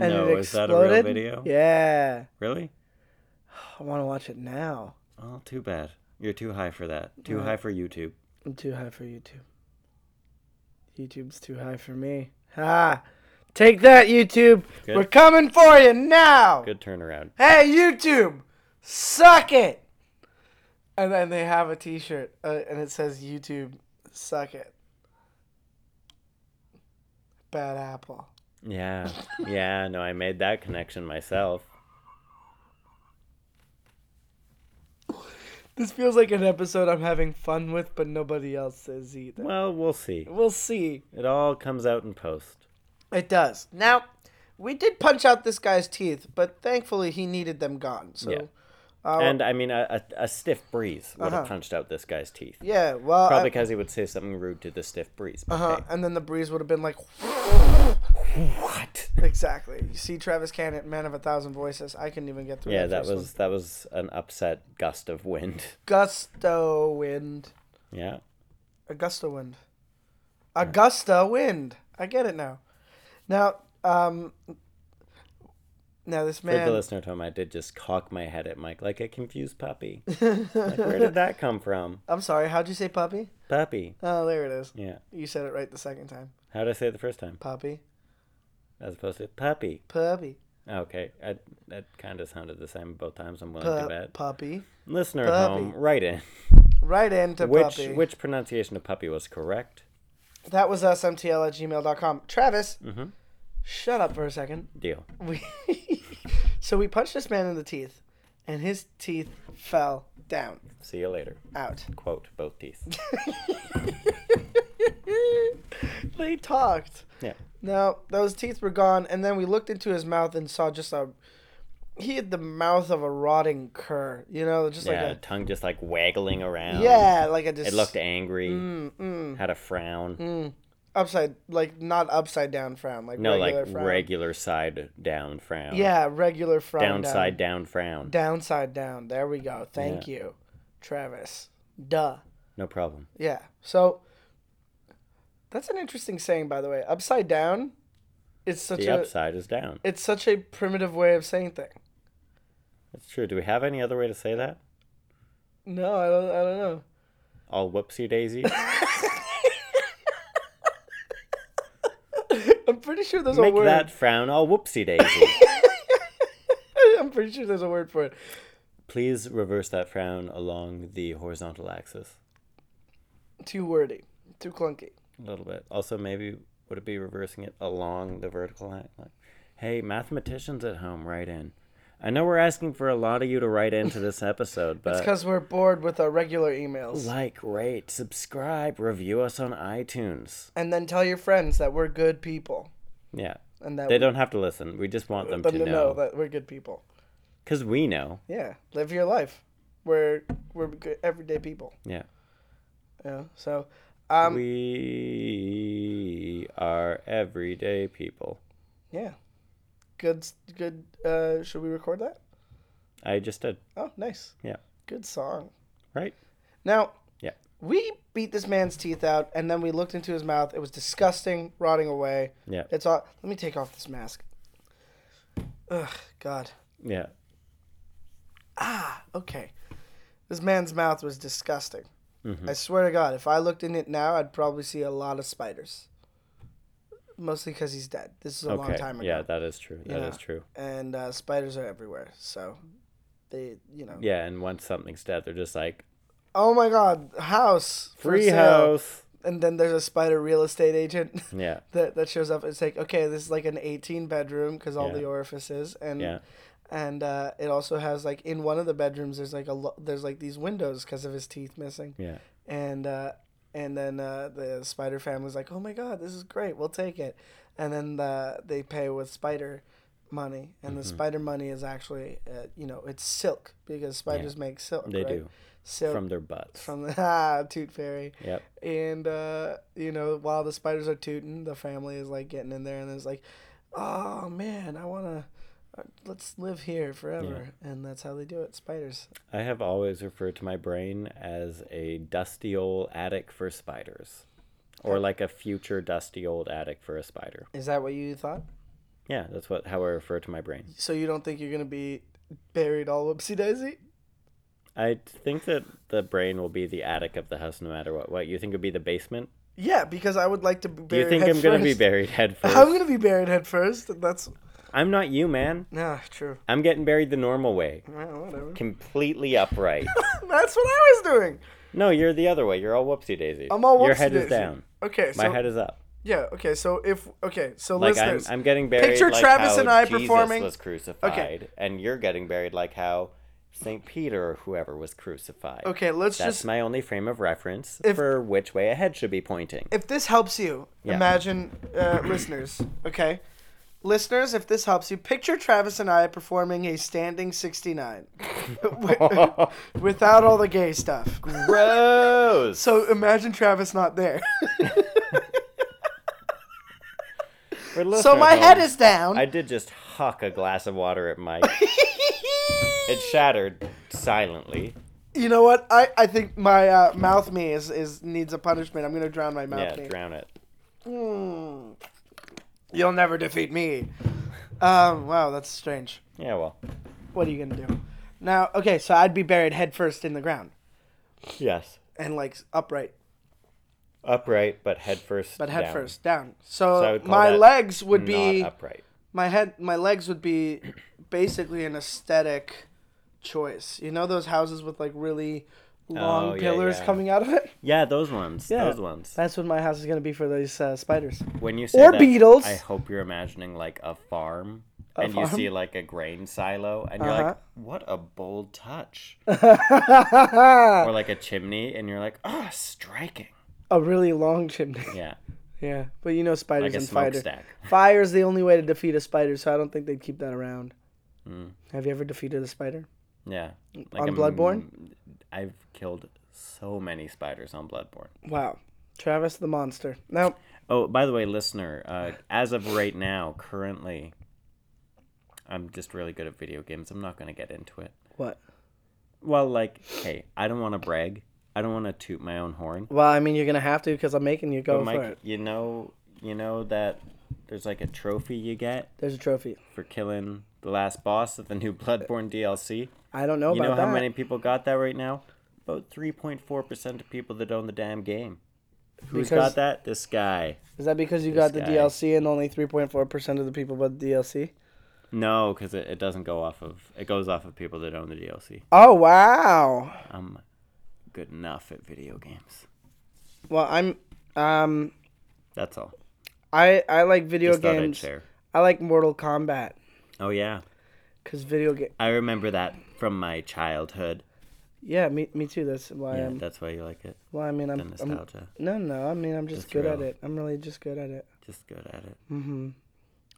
[SPEAKER 1] And
[SPEAKER 2] no,
[SPEAKER 1] it
[SPEAKER 2] is that a real
[SPEAKER 1] exploded?
[SPEAKER 2] video?
[SPEAKER 1] Yeah.
[SPEAKER 2] Really?
[SPEAKER 1] I want to watch it now.
[SPEAKER 2] Oh, too bad. You're too high for that. Too high for YouTube.
[SPEAKER 1] I'm too high for YouTube. YouTube's too high for me. Ha! Take that, YouTube!
[SPEAKER 2] Good.
[SPEAKER 1] We're coming for you now!
[SPEAKER 2] Good turnaround.
[SPEAKER 1] Hey, YouTube! Suck it! And then they have a t shirt uh, and it says, YouTube, suck it. Bad apple.
[SPEAKER 2] Yeah. Yeah, no, I made that connection myself.
[SPEAKER 1] This feels like an episode I'm having fun with, but nobody else is either.
[SPEAKER 2] Well, we'll see.
[SPEAKER 1] We'll see.
[SPEAKER 2] It all comes out in post.
[SPEAKER 1] It does. Now, we did punch out this guy's teeth, but thankfully he needed them gone. So, yeah,
[SPEAKER 2] Yeah. and I mean, a, a, a stiff breeze would have
[SPEAKER 1] Uh, Uh-huh.
[SPEAKER 2] punched out this guy's teeth.
[SPEAKER 1] well, I-
[SPEAKER 2] Probably because he would say something rude to the stiff breeze. but
[SPEAKER 1] uh-huh,
[SPEAKER 2] hey.
[SPEAKER 1] and then the breeze would have been like,
[SPEAKER 2] What?
[SPEAKER 1] exactly. You see, Travis Cannon, Man of a Thousand Voices. I couldn't even get through.
[SPEAKER 2] Yeah, that
[SPEAKER 1] first
[SPEAKER 2] was that was an upset gust of wind.
[SPEAKER 1] one. gusto wind,
[SPEAKER 2] Yeah.
[SPEAKER 1] Augusta wind, Augusta wind. I get it now. Now, um, now this
[SPEAKER 2] For the
[SPEAKER 1] man.
[SPEAKER 2] listener at home, I did just cock my head at Mike like a confused puppy. like, where did that come from?
[SPEAKER 1] I'm sorry. How'd you say puppy?
[SPEAKER 2] Puppy.
[SPEAKER 1] Oh, there it is.
[SPEAKER 2] Yeah.
[SPEAKER 1] You said it right the second time.
[SPEAKER 2] How did I say it the first time?
[SPEAKER 1] Puppy,
[SPEAKER 2] As opposed to puppy.
[SPEAKER 1] puppy,
[SPEAKER 2] Okay, I, that kind of sounded the same both times. I'm willing to
[SPEAKER 1] pu-
[SPEAKER 2] bet.
[SPEAKER 1] puppy.
[SPEAKER 2] Listener at
[SPEAKER 1] puppy.
[SPEAKER 2] home, write in
[SPEAKER 1] Right into
[SPEAKER 2] which
[SPEAKER 1] puppy.
[SPEAKER 2] which pronunciation of puppy was correct.
[SPEAKER 1] That was us, mtl at gmail.com. Travis,
[SPEAKER 2] Mhm.
[SPEAKER 1] shut up for a second.
[SPEAKER 2] Deal.
[SPEAKER 1] We so we punched this man in the teeth, and his teeth fell down,
[SPEAKER 2] See you later.
[SPEAKER 1] out.
[SPEAKER 2] Quote both teeth.
[SPEAKER 1] they talked.
[SPEAKER 2] Yeah.
[SPEAKER 1] Now, those teeth were gone, and then we looked into his mouth and saw just a. He had the mouth of a rotting cur, you know, just
[SPEAKER 2] yeah,
[SPEAKER 1] like
[SPEAKER 2] tongue just like waggling
[SPEAKER 1] a.
[SPEAKER 2] around.
[SPEAKER 1] Yeah, like a just.
[SPEAKER 2] It looked angry.
[SPEAKER 1] Mm,
[SPEAKER 2] Had a frown.
[SPEAKER 1] upside, like not upside down frown, like
[SPEAKER 2] No,
[SPEAKER 1] regular
[SPEAKER 2] like
[SPEAKER 1] frown.
[SPEAKER 2] regular side down frown.
[SPEAKER 1] Yeah, regular frown. down.
[SPEAKER 2] Downside down frown.
[SPEAKER 1] Downside down. There we go. Thank you, Travis. Duh.
[SPEAKER 2] no problem.
[SPEAKER 1] Yeah. So that's an interesting saying, by the way. Upside down is such
[SPEAKER 2] The
[SPEAKER 1] a
[SPEAKER 2] upside is down.
[SPEAKER 1] it's such a primitive way of saying things.
[SPEAKER 2] That's true. Do we have any other way to say that?
[SPEAKER 1] No, I don't. I don't know.
[SPEAKER 2] All whoopsie daisy.
[SPEAKER 1] I'm pretty sure there's a
[SPEAKER 2] Make
[SPEAKER 1] word.
[SPEAKER 2] that frown all whoopsie daisy.
[SPEAKER 1] I'm pretty sure there's a word for it.
[SPEAKER 2] Please reverse that frown along the horizontal axis
[SPEAKER 1] Too wordy. Too clunky.
[SPEAKER 2] a little bit. Also, maybe would it be reversing it along the vertical line? Like, hey, mathematicians at home, write in. I know we're asking for a lot of you to write into this episode,
[SPEAKER 1] It's
[SPEAKER 2] but
[SPEAKER 1] because we're bored with our regular emails.
[SPEAKER 2] like, rate, subscribe, review us on iTunes.
[SPEAKER 1] And then tell your friends that we're good people.
[SPEAKER 2] Yeah,
[SPEAKER 1] And that
[SPEAKER 2] they
[SPEAKER 1] we,
[SPEAKER 2] don't have to listen. We just want them
[SPEAKER 1] them
[SPEAKER 2] to
[SPEAKER 1] to know
[SPEAKER 2] know
[SPEAKER 1] that we're good people.
[SPEAKER 2] because we know.
[SPEAKER 1] Yeah. Live your life. We're we're good, everyday people.
[SPEAKER 2] Yeah,
[SPEAKER 1] Yeah. So, um,
[SPEAKER 2] we are everyday people.
[SPEAKER 1] Yeah. Good, good. Uh, should we record that?
[SPEAKER 2] I just did
[SPEAKER 1] Oh, nice.
[SPEAKER 2] Yeah.
[SPEAKER 1] Good song.
[SPEAKER 2] right.
[SPEAKER 1] Now.
[SPEAKER 2] Yeah.
[SPEAKER 1] We beat this man's teeth out, and then we looked into his mouth. It was disgusting, rotting away.
[SPEAKER 2] Yeah,
[SPEAKER 1] It's all. Let me take off this mask. Ugh, God.
[SPEAKER 2] yeah.
[SPEAKER 1] Ah, okay. This man's mouth was disgusting.
[SPEAKER 2] Mhm.
[SPEAKER 1] I swear to God, if I looked in it now, I'd probably see a lot of spiders. Mostly because he's dead. This is a long time ago,
[SPEAKER 2] Yeah, that is true. That is
[SPEAKER 1] Yeah.
[SPEAKER 2] true.
[SPEAKER 1] and uh, spiders are everywhere. So, they, you know,
[SPEAKER 2] Yeah, and once something's dead, they're just like
[SPEAKER 1] oh my God, house for
[SPEAKER 2] free
[SPEAKER 1] sale."
[SPEAKER 2] house.
[SPEAKER 1] and then there's a spider real estate agent
[SPEAKER 2] Yeah,
[SPEAKER 1] that that shows up. It's like, okay, this is like an 18 bedroom because all
[SPEAKER 2] Yeah.
[SPEAKER 1] the orifices, and
[SPEAKER 2] yeah,
[SPEAKER 1] and uh, it also has like in one of the bedrooms there's like a lo- there's like these windows because of his teeth missing.
[SPEAKER 2] yeah.
[SPEAKER 1] and uh, and then uh, the spider family's like, "Oh my god, this is great. We'll take it." And then the, they pay with spider money, and
[SPEAKER 2] Mm-hmm.
[SPEAKER 1] the spider money is actually, uh, you know, it's silk because spiders make silk.
[SPEAKER 2] They
[SPEAKER 1] right?
[SPEAKER 2] do
[SPEAKER 1] silk
[SPEAKER 2] from
[SPEAKER 1] from,
[SPEAKER 2] their butts.
[SPEAKER 1] the ah, toot fairy.
[SPEAKER 2] Yep.
[SPEAKER 1] And uh, you know, while the spiders are tooting, the family is like getting in there, and it's like, "Oh man, I wanna." uh, Let's live here forever, and that's how they do it. Spiders.
[SPEAKER 2] I have always referred to my brain as a dusty old attic for spiders, or like a future dusty old attic for a spider.
[SPEAKER 1] Is that what you thought?
[SPEAKER 2] Yeah, that's what how I refer to my brain.
[SPEAKER 1] So you don't think you're gonna be buried all whoopsie daisy?
[SPEAKER 2] I think that the brain will be the attic of the house, no matter what. What you think would be the basement?
[SPEAKER 1] Yeah, because I would like to be
[SPEAKER 2] Do you
[SPEAKER 1] buried.
[SPEAKER 2] think
[SPEAKER 1] head
[SPEAKER 2] I'm gonna be
[SPEAKER 1] first.
[SPEAKER 2] buried head first?
[SPEAKER 1] I'm gonna be buried head first. And that's
[SPEAKER 2] I'm not you, man.
[SPEAKER 1] nah, true.
[SPEAKER 2] I'm getting buried the normal way,
[SPEAKER 1] Yeah, whatever.
[SPEAKER 2] completely upright.
[SPEAKER 1] that's what I was doing.
[SPEAKER 2] No, you're the other way. You're all whoopsie daisy.
[SPEAKER 1] I'm all
[SPEAKER 2] Your head
[SPEAKER 1] whoopsie-daisy.
[SPEAKER 2] is down.
[SPEAKER 1] Okay, so
[SPEAKER 2] My head is up.
[SPEAKER 1] yeah, okay, so if okay, so
[SPEAKER 2] Like I'm,
[SPEAKER 1] listeners,
[SPEAKER 2] I'm getting buried.
[SPEAKER 1] Picture
[SPEAKER 2] like
[SPEAKER 1] Travis
[SPEAKER 2] how
[SPEAKER 1] and I
[SPEAKER 2] Jesus
[SPEAKER 1] performing-
[SPEAKER 2] was crucified, and you're getting buried like how Saint Peter or whoever was crucified.
[SPEAKER 1] okay, let's
[SPEAKER 2] That's
[SPEAKER 1] just
[SPEAKER 2] my only frame of reference
[SPEAKER 1] If-
[SPEAKER 2] for which way a head should be pointing.
[SPEAKER 1] if this helps you,
[SPEAKER 2] Yeah.
[SPEAKER 1] imagine uh, listeners, okay. Listeners, if this helps you, picture Travis and I performing a standing 69
[SPEAKER 2] Oh,
[SPEAKER 1] Wi- without all the gay stuff.
[SPEAKER 2] Gross.
[SPEAKER 1] So imagine Travis not there. so
[SPEAKER 2] For listeners,
[SPEAKER 1] my head
[SPEAKER 2] um,
[SPEAKER 1] is down.
[SPEAKER 2] I did just huck a glass of water at Mike. it shattered silently.
[SPEAKER 1] you know what? I, I think my uh, mouth me is, is needs a punishment. I'm gonna drown my mouth
[SPEAKER 2] Yeah,
[SPEAKER 1] me.
[SPEAKER 2] drown it.
[SPEAKER 1] Mm. You'll never defeat me. Um, wow, that's strange.
[SPEAKER 2] Yeah, well,
[SPEAKER 1] What are you gonna do? Now, okay, so I'd be buried head first in the ground
[SPEAKER 2] yes,
[SPEAKER 1] and like upright,
[SPEAKER 2] upright, but head first.
[SPEAKER 1] but head
[SPEAKER 2] down.
[SPEAKER 1] first down. So,
[SPEAKER 2] So I would call
[SPEAKER 1] my
[SPEAKER 2] that
[SPEAKER 1] legs would be
[SPEAKER 2] not upright.
[SPEAKER 1] my head. My legs would be basically an aesthetic choice. You know those houses with like really long
[SPEAKER 2] Oh, yeah,
[SPEAKER 1] pillars
[SPEAKER 2] yeah.
[SPEAKER 1] coming out of it.
[SPEAKER 2] Yeah, those ones. Those ones.
[SPEAKER 1] That's what my house is gonna be for those uh, spiders.
[SPEAKER 2] When you say
[SPEAKER 1] Or
[SPEAKER 2] that,
[SPEAKER 1] beetles.
[SPEAKER 2] I hope you're imagining like a farm, and you
[SPEAKER 1] farm. Uh-huh.
[SPEAKER 2] see like a grain silo, and you're like, "What a bold touch!" or like a chimney, and you're like, "Ah, striking."
[SPEAKER 1] A really long chimney.
[SPEAKER 2] Yeah,
[SPEAKER 1] Yeah, but you know spiders
[SPEAKER 2] like a
[SPEAKER 1] and fire.
[SPEAKER 2] smokestack.
[SPEAKER 1] Fire is the only way to defeat a spider, so I don't think they'd keep that around.
[SPEAKER 2] Hmm.
[SPEAKER 1] Have you ever defeated a spider?
[SPEAKER 2] Yeah, like
[SPEAKER 1] On
[SPEAKER 2] a-
[SPEAKER 1] Bloodborne?
[SPEAKER 2] I've killed so many spiders on Bloodborne.
[SPEAKER 1] Wow, Travis the monster. Now,
[SPEAKER 2] Oh, by the way, listener, uh, as of right now, currently, I'm just really good at video games. I'm not going to get into it.
[SPEAKER 1] what?
[SPEAKER 2] Well, like, hey, I don't want to brag. I don't want to toot my own horn.
[SPEAKER 1] Well, I mean, you're gonna have to because I'm making you go
[SPEAKER 2] But
[SPEAKER 1] for
[SPEAKER 2] Mike,
[SPEAKER 1] it.
[SPEAKER 2] you know, you know that there's like a trophy you get
[SPEAKER 1] There's a trophy.
[SPEAKER 2] for killing the last boss of the new Bloodborne DLC.
[SPEAKER 1] I don't know
[SPEAKER 2] You
[SPEAKER 1] about
[SPEAKER 2] know
[SPEAKER 1] that.
[SPEAKER 2] how many people got that right now? About 3.4% of people that own the damn game. Who's
[SPEAKER 1] Because-
[SPEAKER 2] got that? This guy.
[SPEAKER 1] Is that because you got the
[SPEAKER 2] guy.
[SPEAKER 1] DLC and only 3.4 percent of the people bought the DLC?
[SPEAKER 2] No, because it, it doesn't go off of. It goes off of people that own the DLC.
[SPEAKER 1] Oh wow.
[SPEAKER 2] I'm good enough at video games.
[SPEAKER 1] Well, I'm um
[SPEAKER 2] That's all.
[SPEAKER 1] I I like video
[SPEAKER 2] Just thought I'd
[SPEAKER 1] games.
[SPEAKER 2] share.
[SPEAKER 1] I like Mortal Kombat
[SPEAKER 2] Oh yeah,
[SPEAKER 1] because video game.
[SPEAKER 2] I remember that from my childhood.
[SPEAKER 1] Yeah, me me too. That's why
[SPEAKER 2] Yeah,
[SPEAKER 1] I'm.
[SPEAKER 2] that's why you like it.
[SPEAKER 1] well, I mean, Um, I'm,
[SPEAKER 2] The
[SPEAKER 1] I'm
[SPEAKER 2] nostalgia.
[SPEAKER 1] no no. I mean, I'm just good at
[SPEAKER 2] thrill.
[SPEAKER 1] it. I'm really just good at it. Mm-hmm.
[SPEAKER 2] Just good at it.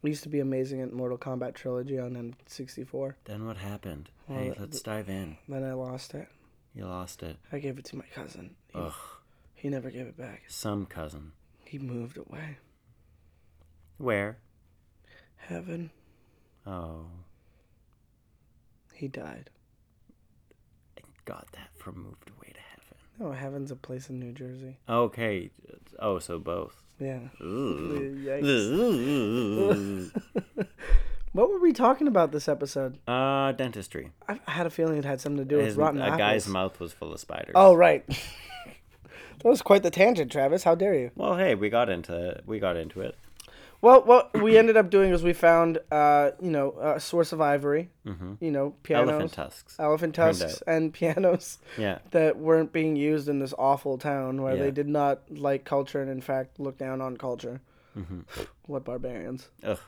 [SPEAKER 1] I used to be amazing at Mortal Kombat trilogy on N64.
[SPEAKER 2] Then what happened? hey, let's dive in.
[SPEAKER 1] Then I lost it.
[SPEAKER 2] You lost it.
[SPEAKER 1] I gave it to my cousin. He,
[SPEAKER 2] Ugh.
[SPEAKER 1] he never gave it back.
[SPEAKER 2] Some cousin.
[SPEAKER 1] He moved away.
[SPEAKER 2] Where?
[SPEAKER 1] Heaven.
[SPEAKER 2] Oh,
[SPEAKER 1] He died.
[SPEAKER 2] I got that from moved away to heaven.
[SPEAKER 1] No, heaven's a place in New Jersey.
[SPEAKER 2] Okay. Oh, so both.
[SPEAKER 1] Yeah.
[SPEAKER 2] Ooh.
[SPEAKER 1] Yikes.
[SPEAKER 2] Ooh.
[SPEAKER 1] What were we talking about this episode?
[SPEAKER 2] uh, dentistry.
[SPEAKER 1] I I had a feeling it had something to do with
[SPEAKER 2] His, a
[SPEAKER 1] rotten apples.
[SPEAKER 2] guy's mouth was full of spiders.
[SPEAKER 1] Oh right. That was quite the tangent, Travis. How dare you?
[SPEAKER 2] Well, hey, we got into we got into it.
[SPEAKER 1] Well, what we ended up doing is we found, uh, you know, a source of ivory. You know, Uh, pianos,
[SPEAKER 2] Mm-hmm. Elephant tusks.
[SPEAKER 1] elephant
[SPEAKER 2] Turned
[SPEAKER 1] tusks, and pianos
[SPEAKER 2] Yeah.
[SPEAKER 1] that weren't being used in this awful town where
[SPEAKER 2] Yeah.
[SPEAKER 1] they did not like culture and, in fact, look down on culture.
[SPEAKER 2] Mm-hmm.
[SPEAKER 1] What barbarians!
[SPEAKER 2] Ugh.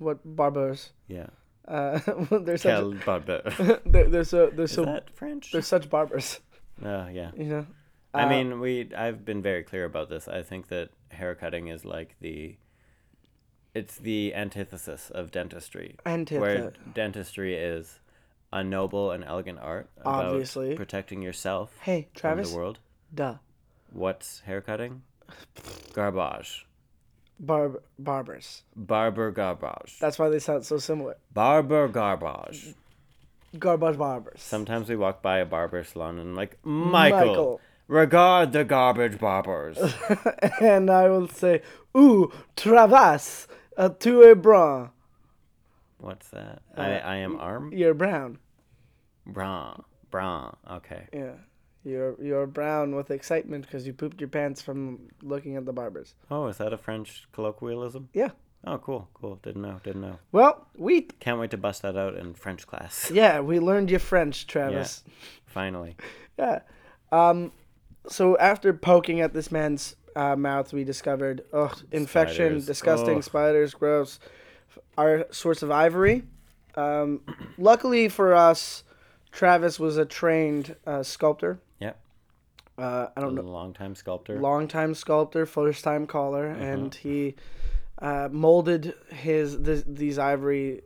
[SPEAKER 1] What barbers!
[SPEAKER 2] Yeah.
[SPEAKER 1] Uh, they're such
[SPEAKER 2] Kel barber.
[SPEAKER 1] they're, they're so they're
[SPEAKER 2] Is
[SPEAKER 1] so
[SPEAKER 2] that French?
[SPEAKER 1] they're such barbers.
[SPEAKER 2] Oh, yeah.
[SPEAKER 1] You know,
[SPEAKER 2] I
[SPEAKER 1] Uh,
[SPEAKER 2] mean, we I've been very clear about this. I think that haircutting is like the it's the antithesis of dentistry. Where
[SPEAKER 1] Antithesis.
[SPEAKER 2] dentistry is a noble and elegant art about
[SPEAKER 1] Obviously.
[SPEAKER 2] protecting yourself
[SPEAKER 1] Hey,
[SPEAKER 2] from
[SPEAKER 1] Travis.
[SPEAKER 2] the world.
[SPEAKER 1] Duh.
[SPEAKER 2] What's haircutting? Garbage.
[SPEAKER 1] Barb barbers.
[SPEAKER 2] Barber garbage.
[SPEAKER 1] That's why they sound so similar.
[SPEAKER 2] Barber garbage.
[SPEAKER 1] Garbage barbers.
[SPEAKER 2] Sometimes we walk by a barber salon and I'm like, Michael, regard the garbage barbers.
[SPEAKER 1] and I will say, "Ooh, Travis, uh, tu es brun.
[SPEAKER 2] What's that?
[SPEAKER 1] Uh,
[SPEAKER 2] I, I am arm?
[SPEAKER 1] You're brown.
[SPEAKER 2] Bra. Bra. Okay.
[SPEAKER 1] Yeah, you're you're brown with excitement because you pooped your pants from looking at the barbers.
[SPEAKER 2] Oh, is that a French colloquialism?
[SPEAKER 1] Yeah.
[SPEAKER 2] Oh, cool, cool. Didn't know, didn't know.
[SPEAKER 1] Well, we
[SPEAKER 2] Can't wait to bust that out in French class.
[SPEAKER 1] yeah we learned your French,
[SPEAKER 2] Yeah,
[SPEAKER 1] Travis.
[SPEAKER 2] finally.
[SPEAKER 1] Yeah. Um, so after poking at this man's uh, mouth, we discovered ugh, infection,
[SPEAKER 2] Spiders.
[SPEAKER 1] disgusting
[SPEAKER 2] Ugh.
[SPEAKER 1] spiders, gross. Our source of ivory. Um, luckily for us, Travis was a trained uh, sculptor.
[SPEAKER 2] Yep.
[SPEAKER 1] Uh, I
[SPEAKER 2] A
[SPEAKER 1] don't know,
[SPEAKER 2] longtime sculptor.
[SPEAKER 1] longtime sculptor, first time caller,
[SPEAKER 2] Uh-huh.
[SPEAKER 1] and he uh, molded his th- these ivory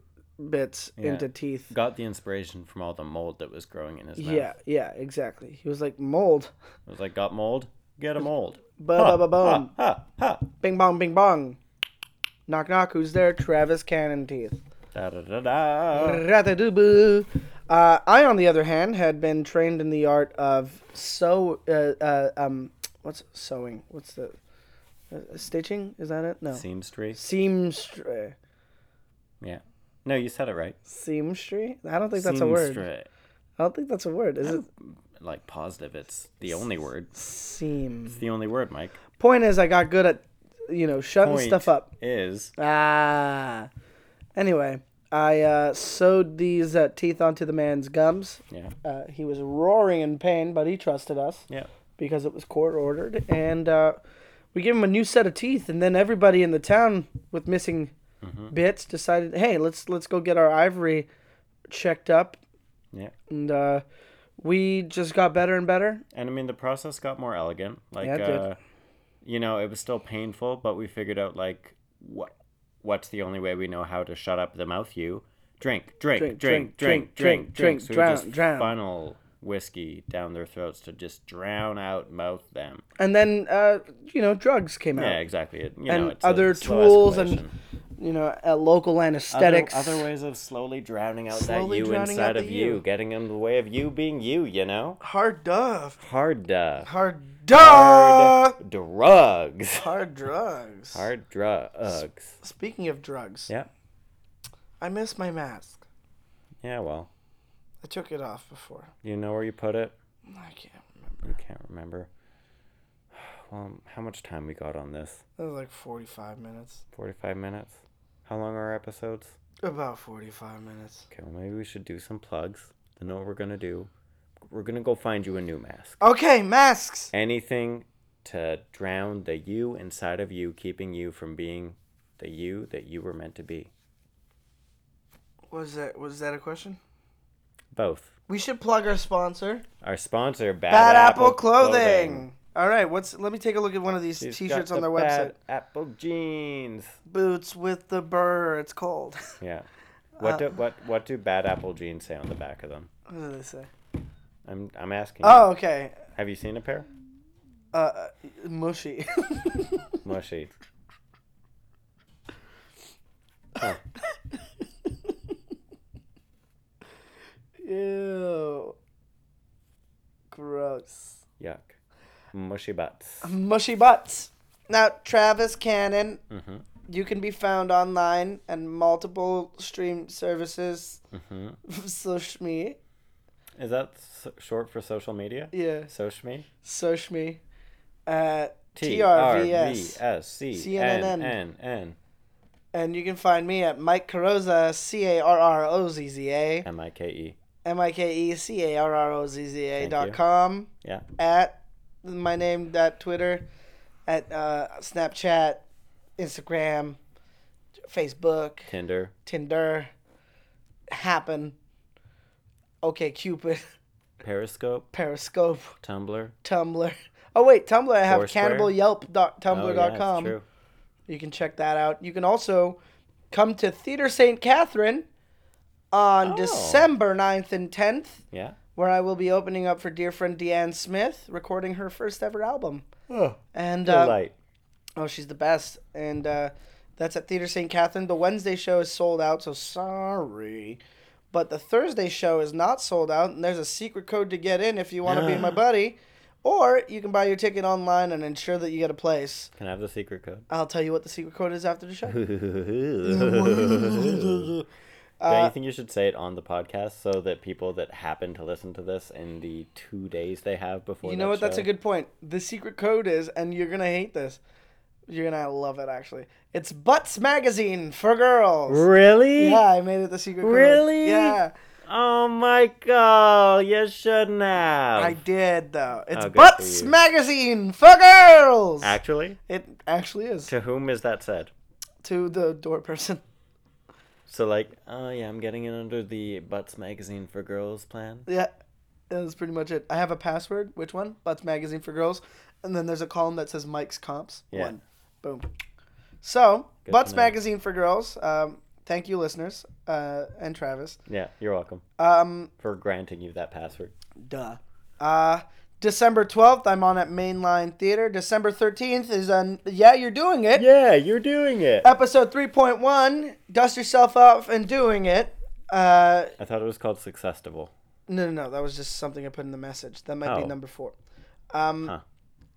[SPEAKER 1] bits
[SPEAKER 2] Yeah.
[SPEAKER 1] into teeth.
[SPEAKER 2] Got the inspiration from all the mold that was growing in his mouth.
[SPEAKER 1] Yeah, yeah, exactly. He was like mold,
[SPEAKER 2] It was like, got mold? Get a mold.
[SPEAKER 1] ba ba boom.
[SPEAKER 2] Ha, ha, ha.
[SPEAKER 1] Bing bong, bing bong. Knock knock, who's there? Travis Cannon Teeth.
[SPEAKER 2] Da da da da.
[SPEAKER 1] Oh. Ratadoo-boo. Uh, I, on the other hand, had been trained in the art of sew. Uh, uh, um, what's sewing? What's the uh, stitching? Is that it? No.
[SPEAKER 2] Seamstress.
[SPEAKER 1] Seamstry.
[SPEAKER 2] Yeah. No, you said it right.
[SPEAKER 1] Seamstry? I don't think that's a word.
[SPEAKER 2] Seamstress.
[SPEAKER 1] I don't think that's a word. Is it
[SPEAKER 2] Like positive, it's the only word.
[SPEAKER 1] seam?
[SPEAKER 2] It's the only word, Mike.
[SPEAKER 1] Point is, I got good at, you know, shutting
[SPEAKER 2] Point
[SPEAKER 1] stuff up.
[SPEAKER 2] Is
[SPEAKER 1] Ah. Anyway, I uh, sewed these uh, teeth onto the man's gums.
[SPEAKER 2] yeah,
[SPEAKER 1] Uh, he was roaring in pain, but he trusted us
[SPEAKER 2] yeah.
[SPEAKER 1] because it was court ordered. And uh, we gave him a new set of teeth, and then everybody in the town with missing
[SPEAKER 2] Mm-hmm.
[SPEAKER 1] bits decided, hey, let's let's go get our ivory checked up.
[SPEAKER 2] Yeah.
[SPEAKER 1] And uh, we just got better and better.
[SPEAKER 2] And I mean, the process got more elegant. Like,
[SPEAKER 1] Yeah, it did.
[SPEAKER 2] uh, you know, it was still painful, but we figured out like what what's the only way we know how to shut up the mouth. You drink, drink, drink, drink, drink, drink, drink,
[SPEAKER 1] drink,
[SPEAKER 2] So we
[SPEAKER 1] drown,
[SPEAKER 2] just
[SPEAKER 1] drown.
[SPEAKER 2] funnel whiskey down their throats to just drown out mouth them.
[SPEAKER 1] And then, uh, you know, drugs came
[SPEAKER 2] Yeah,
[SPEAKER 1] out.
[SPEAKER 2] exactly. It, you know,
[SPEAKER 1] Oh. And
[SPEAKER 2] it's a
[SPEAKER 1] other
[SPEAKER 2] slow
[SPEAKER 1] tools
[SPEAKER 2] escalation.
[SPEAKER 1] and, you know, uh, local
[SPEAKER 2] other,
[SPEAKER 1] aesthetics.
[SPEAKER 2] other ways of slowly drowning out
[SPEAKER 1] Slowly
[SPEAKER 2] that you
[SPEAKER 1] drowning
[SPEAKER 2] inside
[SPEAKER 1] out the
[SPEAKER 2] of you,
[SPEAKER 1] you.
[SPEAKER 2] getting in the way of you being you. You know,
[SPEAKER 1] Hard duff.
[SPEAKER 2] hard uh,
[SPEAKER 1] Hard duff.
[SPEAKER 2] hard drugs.
[SPEAKER 1] Hard drugs.
[SPEAKER 2] Hard drugs.
[SPEAKER 1] Speaking of drugs,
[SPEAKER 2] Yeah.
[SPEAKER 1] I miss my mask.
[SPEAKER 2] Yeah, well,
[SPEAKER 1] I took it off before.
[SPEAKER 2] you know where you put it?
[SPEAKER 1] I can't remember.
[SPEAKER 2] I can't remember. Well, how much time we got on this?
[SPEAKER 1] It was like 45 minutes.
[SPEAKER 2] 45 minutes? How long are our episodes?
[SPEAKER 1] About 45 minutes.
[SPEAKER 2] Okay, well, maybe we should do some plugs. Then know what we're going to do. We're going to go find you a new mask.
[SPEAKER 1] Okay, masks.
[SPEAKER 2] Anything to drown the you inside of you, keeping you from being the you that you were meant to be.
[SPEAKER 1] Was that was that a question?
[SPEAKER 2] Both.
[SPEAKER 1] We should plug our sponsor,
[SPEAKER 2] Our sponsor, Bad,
[SPEAKER 1] Bad
[SPEAKER 2] Apple,
[SPEAKER 1] Apple, Clothing.
[SPEAKER 2] Clothing.
[SPEAKER 1] All right, what's let me take a look at one of these
[SPEAKER 2] She's got
[SPEAKER 1] t-shirts on
[SPEAKER 2] the
[SPEAKER 1] their
[SPEAKER 2] Bad
[SPEAKER 1] website.
[SPEAKER 2] Apple jeans.
[SPEAKER 1] Boots with the burr. It's cold.
[SPEAKER 2] Yeah. What do what what do bad apple jeans say on the back of them?
[SPEAKER 1] what do they say?
[SPEAKER 2] I'm I'm asking. you.
[SPEAKER 1] Oh, okay.
[SPEAKER 2] Have you seen a pair?
[SPEAKER 1] Uh, uh, mushy.
[SPEAKER 2] Mushy. Huh.
[SPEAKER 1] Ew. Gross.
[SPEAKER 2] Yuck. Mushy butts.
[SPEAKER 1] Mushy butts. Now, Travis Cannon,
[SPEAKER 2] Mhm.
[SPEAKER 1] you can be found online and multiple stream services.
[SPEAKER 2] Mm-hmm.
[SPEAKER 1] Social me.
[SPEAKER 2] Is that s- short for social media?
[SPEAKER 1] Yeah.
[SPEAKER 2] Soshmi?
[SPEAKER 1] Social me. at
[SPEAKER 2] T R V
[SPEAKER 1] TRVS.
[SPEAKER 2] S C N N N.
[SPEAKER 1] And you can find me at Mike Carozza, C A R R O Z Z A,
[SPEAKER 2] M I K E.
[SPEAKER 1] M I K E C A R R O Z Z A
[SPEAKER 2] Thank
[SPEAKER 1] dot
[SPEAKER 2] you.
[SPEAKER 1] com.
[SPEAKER 2] Yeah.
[SPEAKER 1] At my name at Twitter, at uh, Snapchat, Instagram, Facebook,
[SPEAKER 2] Tinder.
[SPEAKER 1] Tinder, Happen, OK Cupid,
[SPEAKER 2] Periscope.
[SPEAKER 1] Periscope,
[SPEAKER 2] Tumblr.
[SPEAKER 1] Tumblr. Oh wait, Tumblr. I have
[SPEAKER 2] Foursquare. Oh, yeah, it's
[SPEAKER 1] cannibalyelp.tumblr.com.
[SPEAKER 2] true.
[SPEAKER 1] You can check that out. You can also come to Theater St. Catherine on
[SPEAKER 2] Oh.
[SPEAKER 1] December 9th and 10th,
[SPEAKER 2] Yeah.
[SPEAKER 1] where I will be opening up for dear friend Deanne Smith, recording her first ever album.
[SPEAKER 2] Oh,
[SPEAKER 1] And uh,
[SPEAKER 2] delight.
[SPEAKER 1] oh, she's the best. And uh, that's at Theater St. Catherine. The Wednesday show is sold out, so sorry. But the Thursday show is not sold out, and there's a secret code to get in if you want to be my buddy. Or you can buy your ticket online and ensure that you get a place.
[SPEAKER 2] Can I have the secret code?
[SPEAKER 1] I'll tell you what the secret code is after the show.
[SPEAKER 2] Do
[SPEAKER 1] Uh,
[SPEAKER 2] you think you should say it on the podcast so that people that happen to listen to this in the two days they have before
[SPEAKER 1] You know
[SPEAKER 2] that
[SPEAKER 1] what? That's a
[SPEAKER 2] show-
[SPEAKER 1] good point. The secret code is, and you're gonna hate this. You're gonna love it actually. It's Butts Magazine for girls.
[SPEAKER 2] Really?
[SPEAKER 1] Yeah, I made it the secret code.
[SPEAKER 2] Really?
[SPEAKER 1] Yeah,
[SPEAKER 2] Oh Michael, you shouldn't have.
[SPEAKER 1] I did though. It's
[SPEAKER 2] Oh, good for
[SPEAKER 1] Butts
[SPEAKER 2] you.
[SPEAKER 1] Magazine for girls.
[SPEAKER 2] Actually,
[SPEAKER 1] it actually is
[SPEAKER 2] to whom is that said?
[SPEAKER 1] to the door person.
[SPEAKER 2] So like, oh yeah, I'm getting it under the Butts magazine for girls plan.
[SPEAKER 1] Yeah, that's pretty much it. I have a password. Which one? Butts Magazine for girls. And then there's a column that says Mike's comps.
[SPEAKER 2] Yeah.
[SPEAKER 1] One. Boom. So
[SPEAKER 2] Good
[SPEAKER 1] Butts
[SPEAKER 2] to know.
[SPEAKER 1] Magazine for girls. Um, thank you, listeners, uh, and Travis.
[SPEAKER 2] Yeah, you're welcome
[SPEAKER 1] Um,
[SPEAKER 2] for granting you that password.
[SPEAKER 1] duh. Uh, December 12th, I'm on at Mainline Theater. December 13th is on, yeah, you're doing it.
[SPEAKER 2] Yeah, you're doing it.
[SPEAKER 1] Episode 3.1, Dust Yourself Off and Doing It. Uh,
[SPEAKER 2] I thought it was called Successful.
[SPEAKER 1] no, no, no, that was just something I put in the message. That might
[SPEAKER 2] Oh.
[SPEAKER 1] be number four. Um,
[SPEAKER 2] Huh.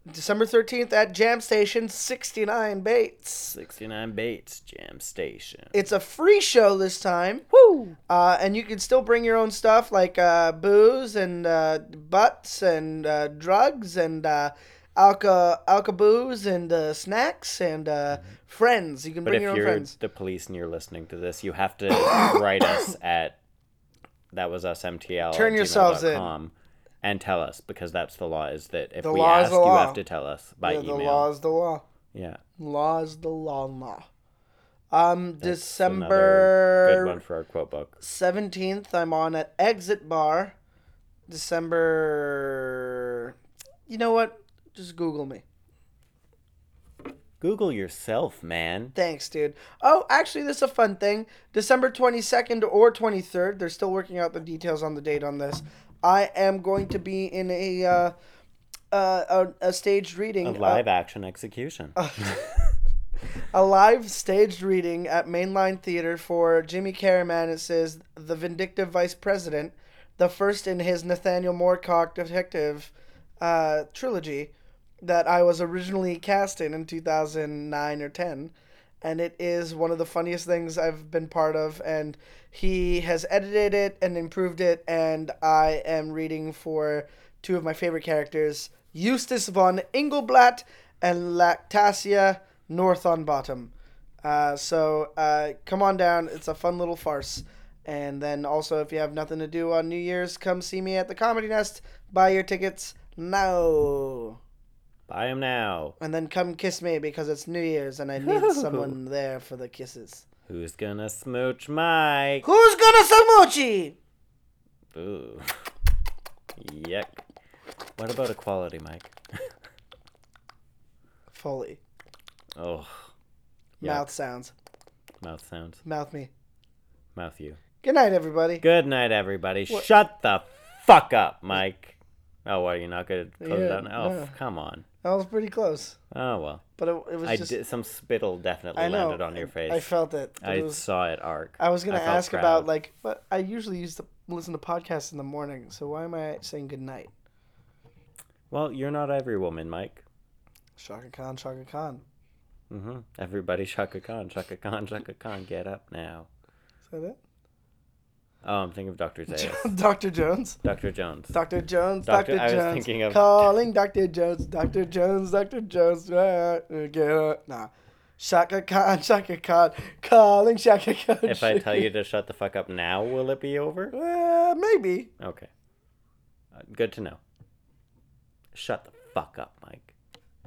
[SPEAKER 1] December 13th at Jam Station 69 Bates.
[SPEAKER 2] 69 Bates Jam Station.
[SPEAKER 1] It's a free show this time. Woo! Uh, and you can still bring your own stuff like uh, booze and uh, butts and uh, drugs and uh, alka alka booze and uh, snacks and uh, friends. You can
[SPEAKER 2] Mm-hmm. But
[SPEAKER 1] bring
[SPEAKER 2] if
[SPEAKER 1] your
[SPEAKER 2] you're
[SPEAKER 1] own friends.
[SPEAKER 2] the police and you're listening to this, you have to write us at that was us MTL.
[SPEAKER 1] Turn yourselves in.
[SPEAKER 2] and tell us because that's the law is that if
[SPEAKER 1] The
[SPEAKER 2] we
[SPEAKER 1] law is
[SPEAKER 2] ask,
[SPEAKER 1] the
[SPEAKER 2] you
[SPEAKER 1] law.
[SPEAKER 2] have to tell us by
[SPEAKER 1] Yeah, the
[SPEAKER 2] email.
[SPEAKER 1] law is the law.
[SPEAKER 2] yeah,
[SPEAKER 1] Law is the law. law. Um,
[SPEAKER 2] It's another
[SPEAKER 1] December
[SPEAKER 2] Good one for our quote book.
[SPEAKER 1] seventeenth, I'm on at Exit Bar. December. You know what? Just Google me.
[SPEAKER 2] Google yourself, man.
[SPEAKER 1] Thanks, dude. Oh, actually, this is a fun thing. December twenty second or twenty third. They're still working out the details on the date on this. I am going to be in a uh, uh, a, a staged reading,
[SPEAKER 2] A
[SPEAKER 1] uh,
[SPEAKER 2] live action execution.
[SPEAKER 1] a live staged reading at Mainline Theater for Jimmy Caraman's The Vindictive Vice President, the first in his Nathaniel Moorcock detective uh, trilogy that I was originally cast in in 2009 or 10. And it is one of the funniest things I've been part of. And he has edited it and improved it. And I am reading for two of my favorite characters Eustace von Engelblatt and Lactasia North on Bottom. Uh, so uh, come on down. It's a fun little farce. And then also, if you have nothing to do on New Year's, come see me at the Comedy Nest. Buy your tickets now.
[SPEAKER 2] Buy them now.
[SPEAKER 1] And then come kiss me because it's New Year's and I need someone there for the kisses.
[SPEAKER 2] Who's gonna smooch Mike?
[SPEAKER 1] Who's gonna samochi?
[SPEAKER 2] Ooh. Yuck. What about equality, Mike?
[SPEAKER 1] Foley.
[SPEAKER 2] Oh,
[SPEAKER 1] Mouth sounds.
[SPEAKER 2] mouth sounds.
[SPEAKER 1] Mouth me.
[SPEAKER 2] Mouth you.
[SPEAKER 1] Good night, everybody.
[SPEAKER 2] Good night, everybody. Shut the fuck up, Mike. Oh, what? You're not going to close
[SPEAKER 1] Yeah,
[SPEAKER 2] it out now? Oh,
[SPEAKER 1] no.
[SPEAKER 2] f- come on.
[SPEAKER 1] That was pretty close.
[SPEAKER 2] Oh, well.
[SPEAKER 1] But it, it was
[SPEAKER 2] I
[SPEAKER 1] just.
[SPEAKER 2] did, some spittle definitely
[SPEAKER 1] I know.
[SPEAKER 2] landed on your face.
[SPEAKER 1] I felt it. but
[SPEAKER 2] I
[SPEAKER 1] it was,
[SPEAKER 2] saw it arc.
[SPEAKER 1] I was gonna
[SPEAKER 2] felt
[SPEAKER 1] ask
[SPEAKER 2] proud.
[SPEAKER 1] about like, but I usually used to listen to podcasts in the morning. So why am I saying good night?
[SPEAKER 2] Well, you're not every woman, Mike.
[SPEAKER 1] Shaka Khan, Shaka Khan.
[SPEAKER 2] hmm Everybody, Shaka Khan, Shaka Khan, Shaka Khan, get up now.
[SPEAKER 1] Is that it?
[SPEAKER 2] Oh, I'm thinking of Dr. Zayas.
[SPEAKER 1] Dr. Jones.
[SPEAKER 2] Dr. Jones.
[SPEAKER 1] Dr. Jones, Dr.
[SPEAKER 2] Doctor- I was
[SPEAKER 1] Jones.
[SPEAKER 2] thinking of-
[SPEAKER 1] calling Dr. Jones, Dr. Jones, Dr. Jones. ah, Get up. Nah. Shaka Khan, Shaka Khan, calling Shaka Khan.
[SPEAKER 2] if I tell you to shut the fuck up now, will it be over?
[SPEAKER 1] Uh, maybe.
[SPEAKER 2] Okay. Uh, good to know. Shut the fuck up, Mike.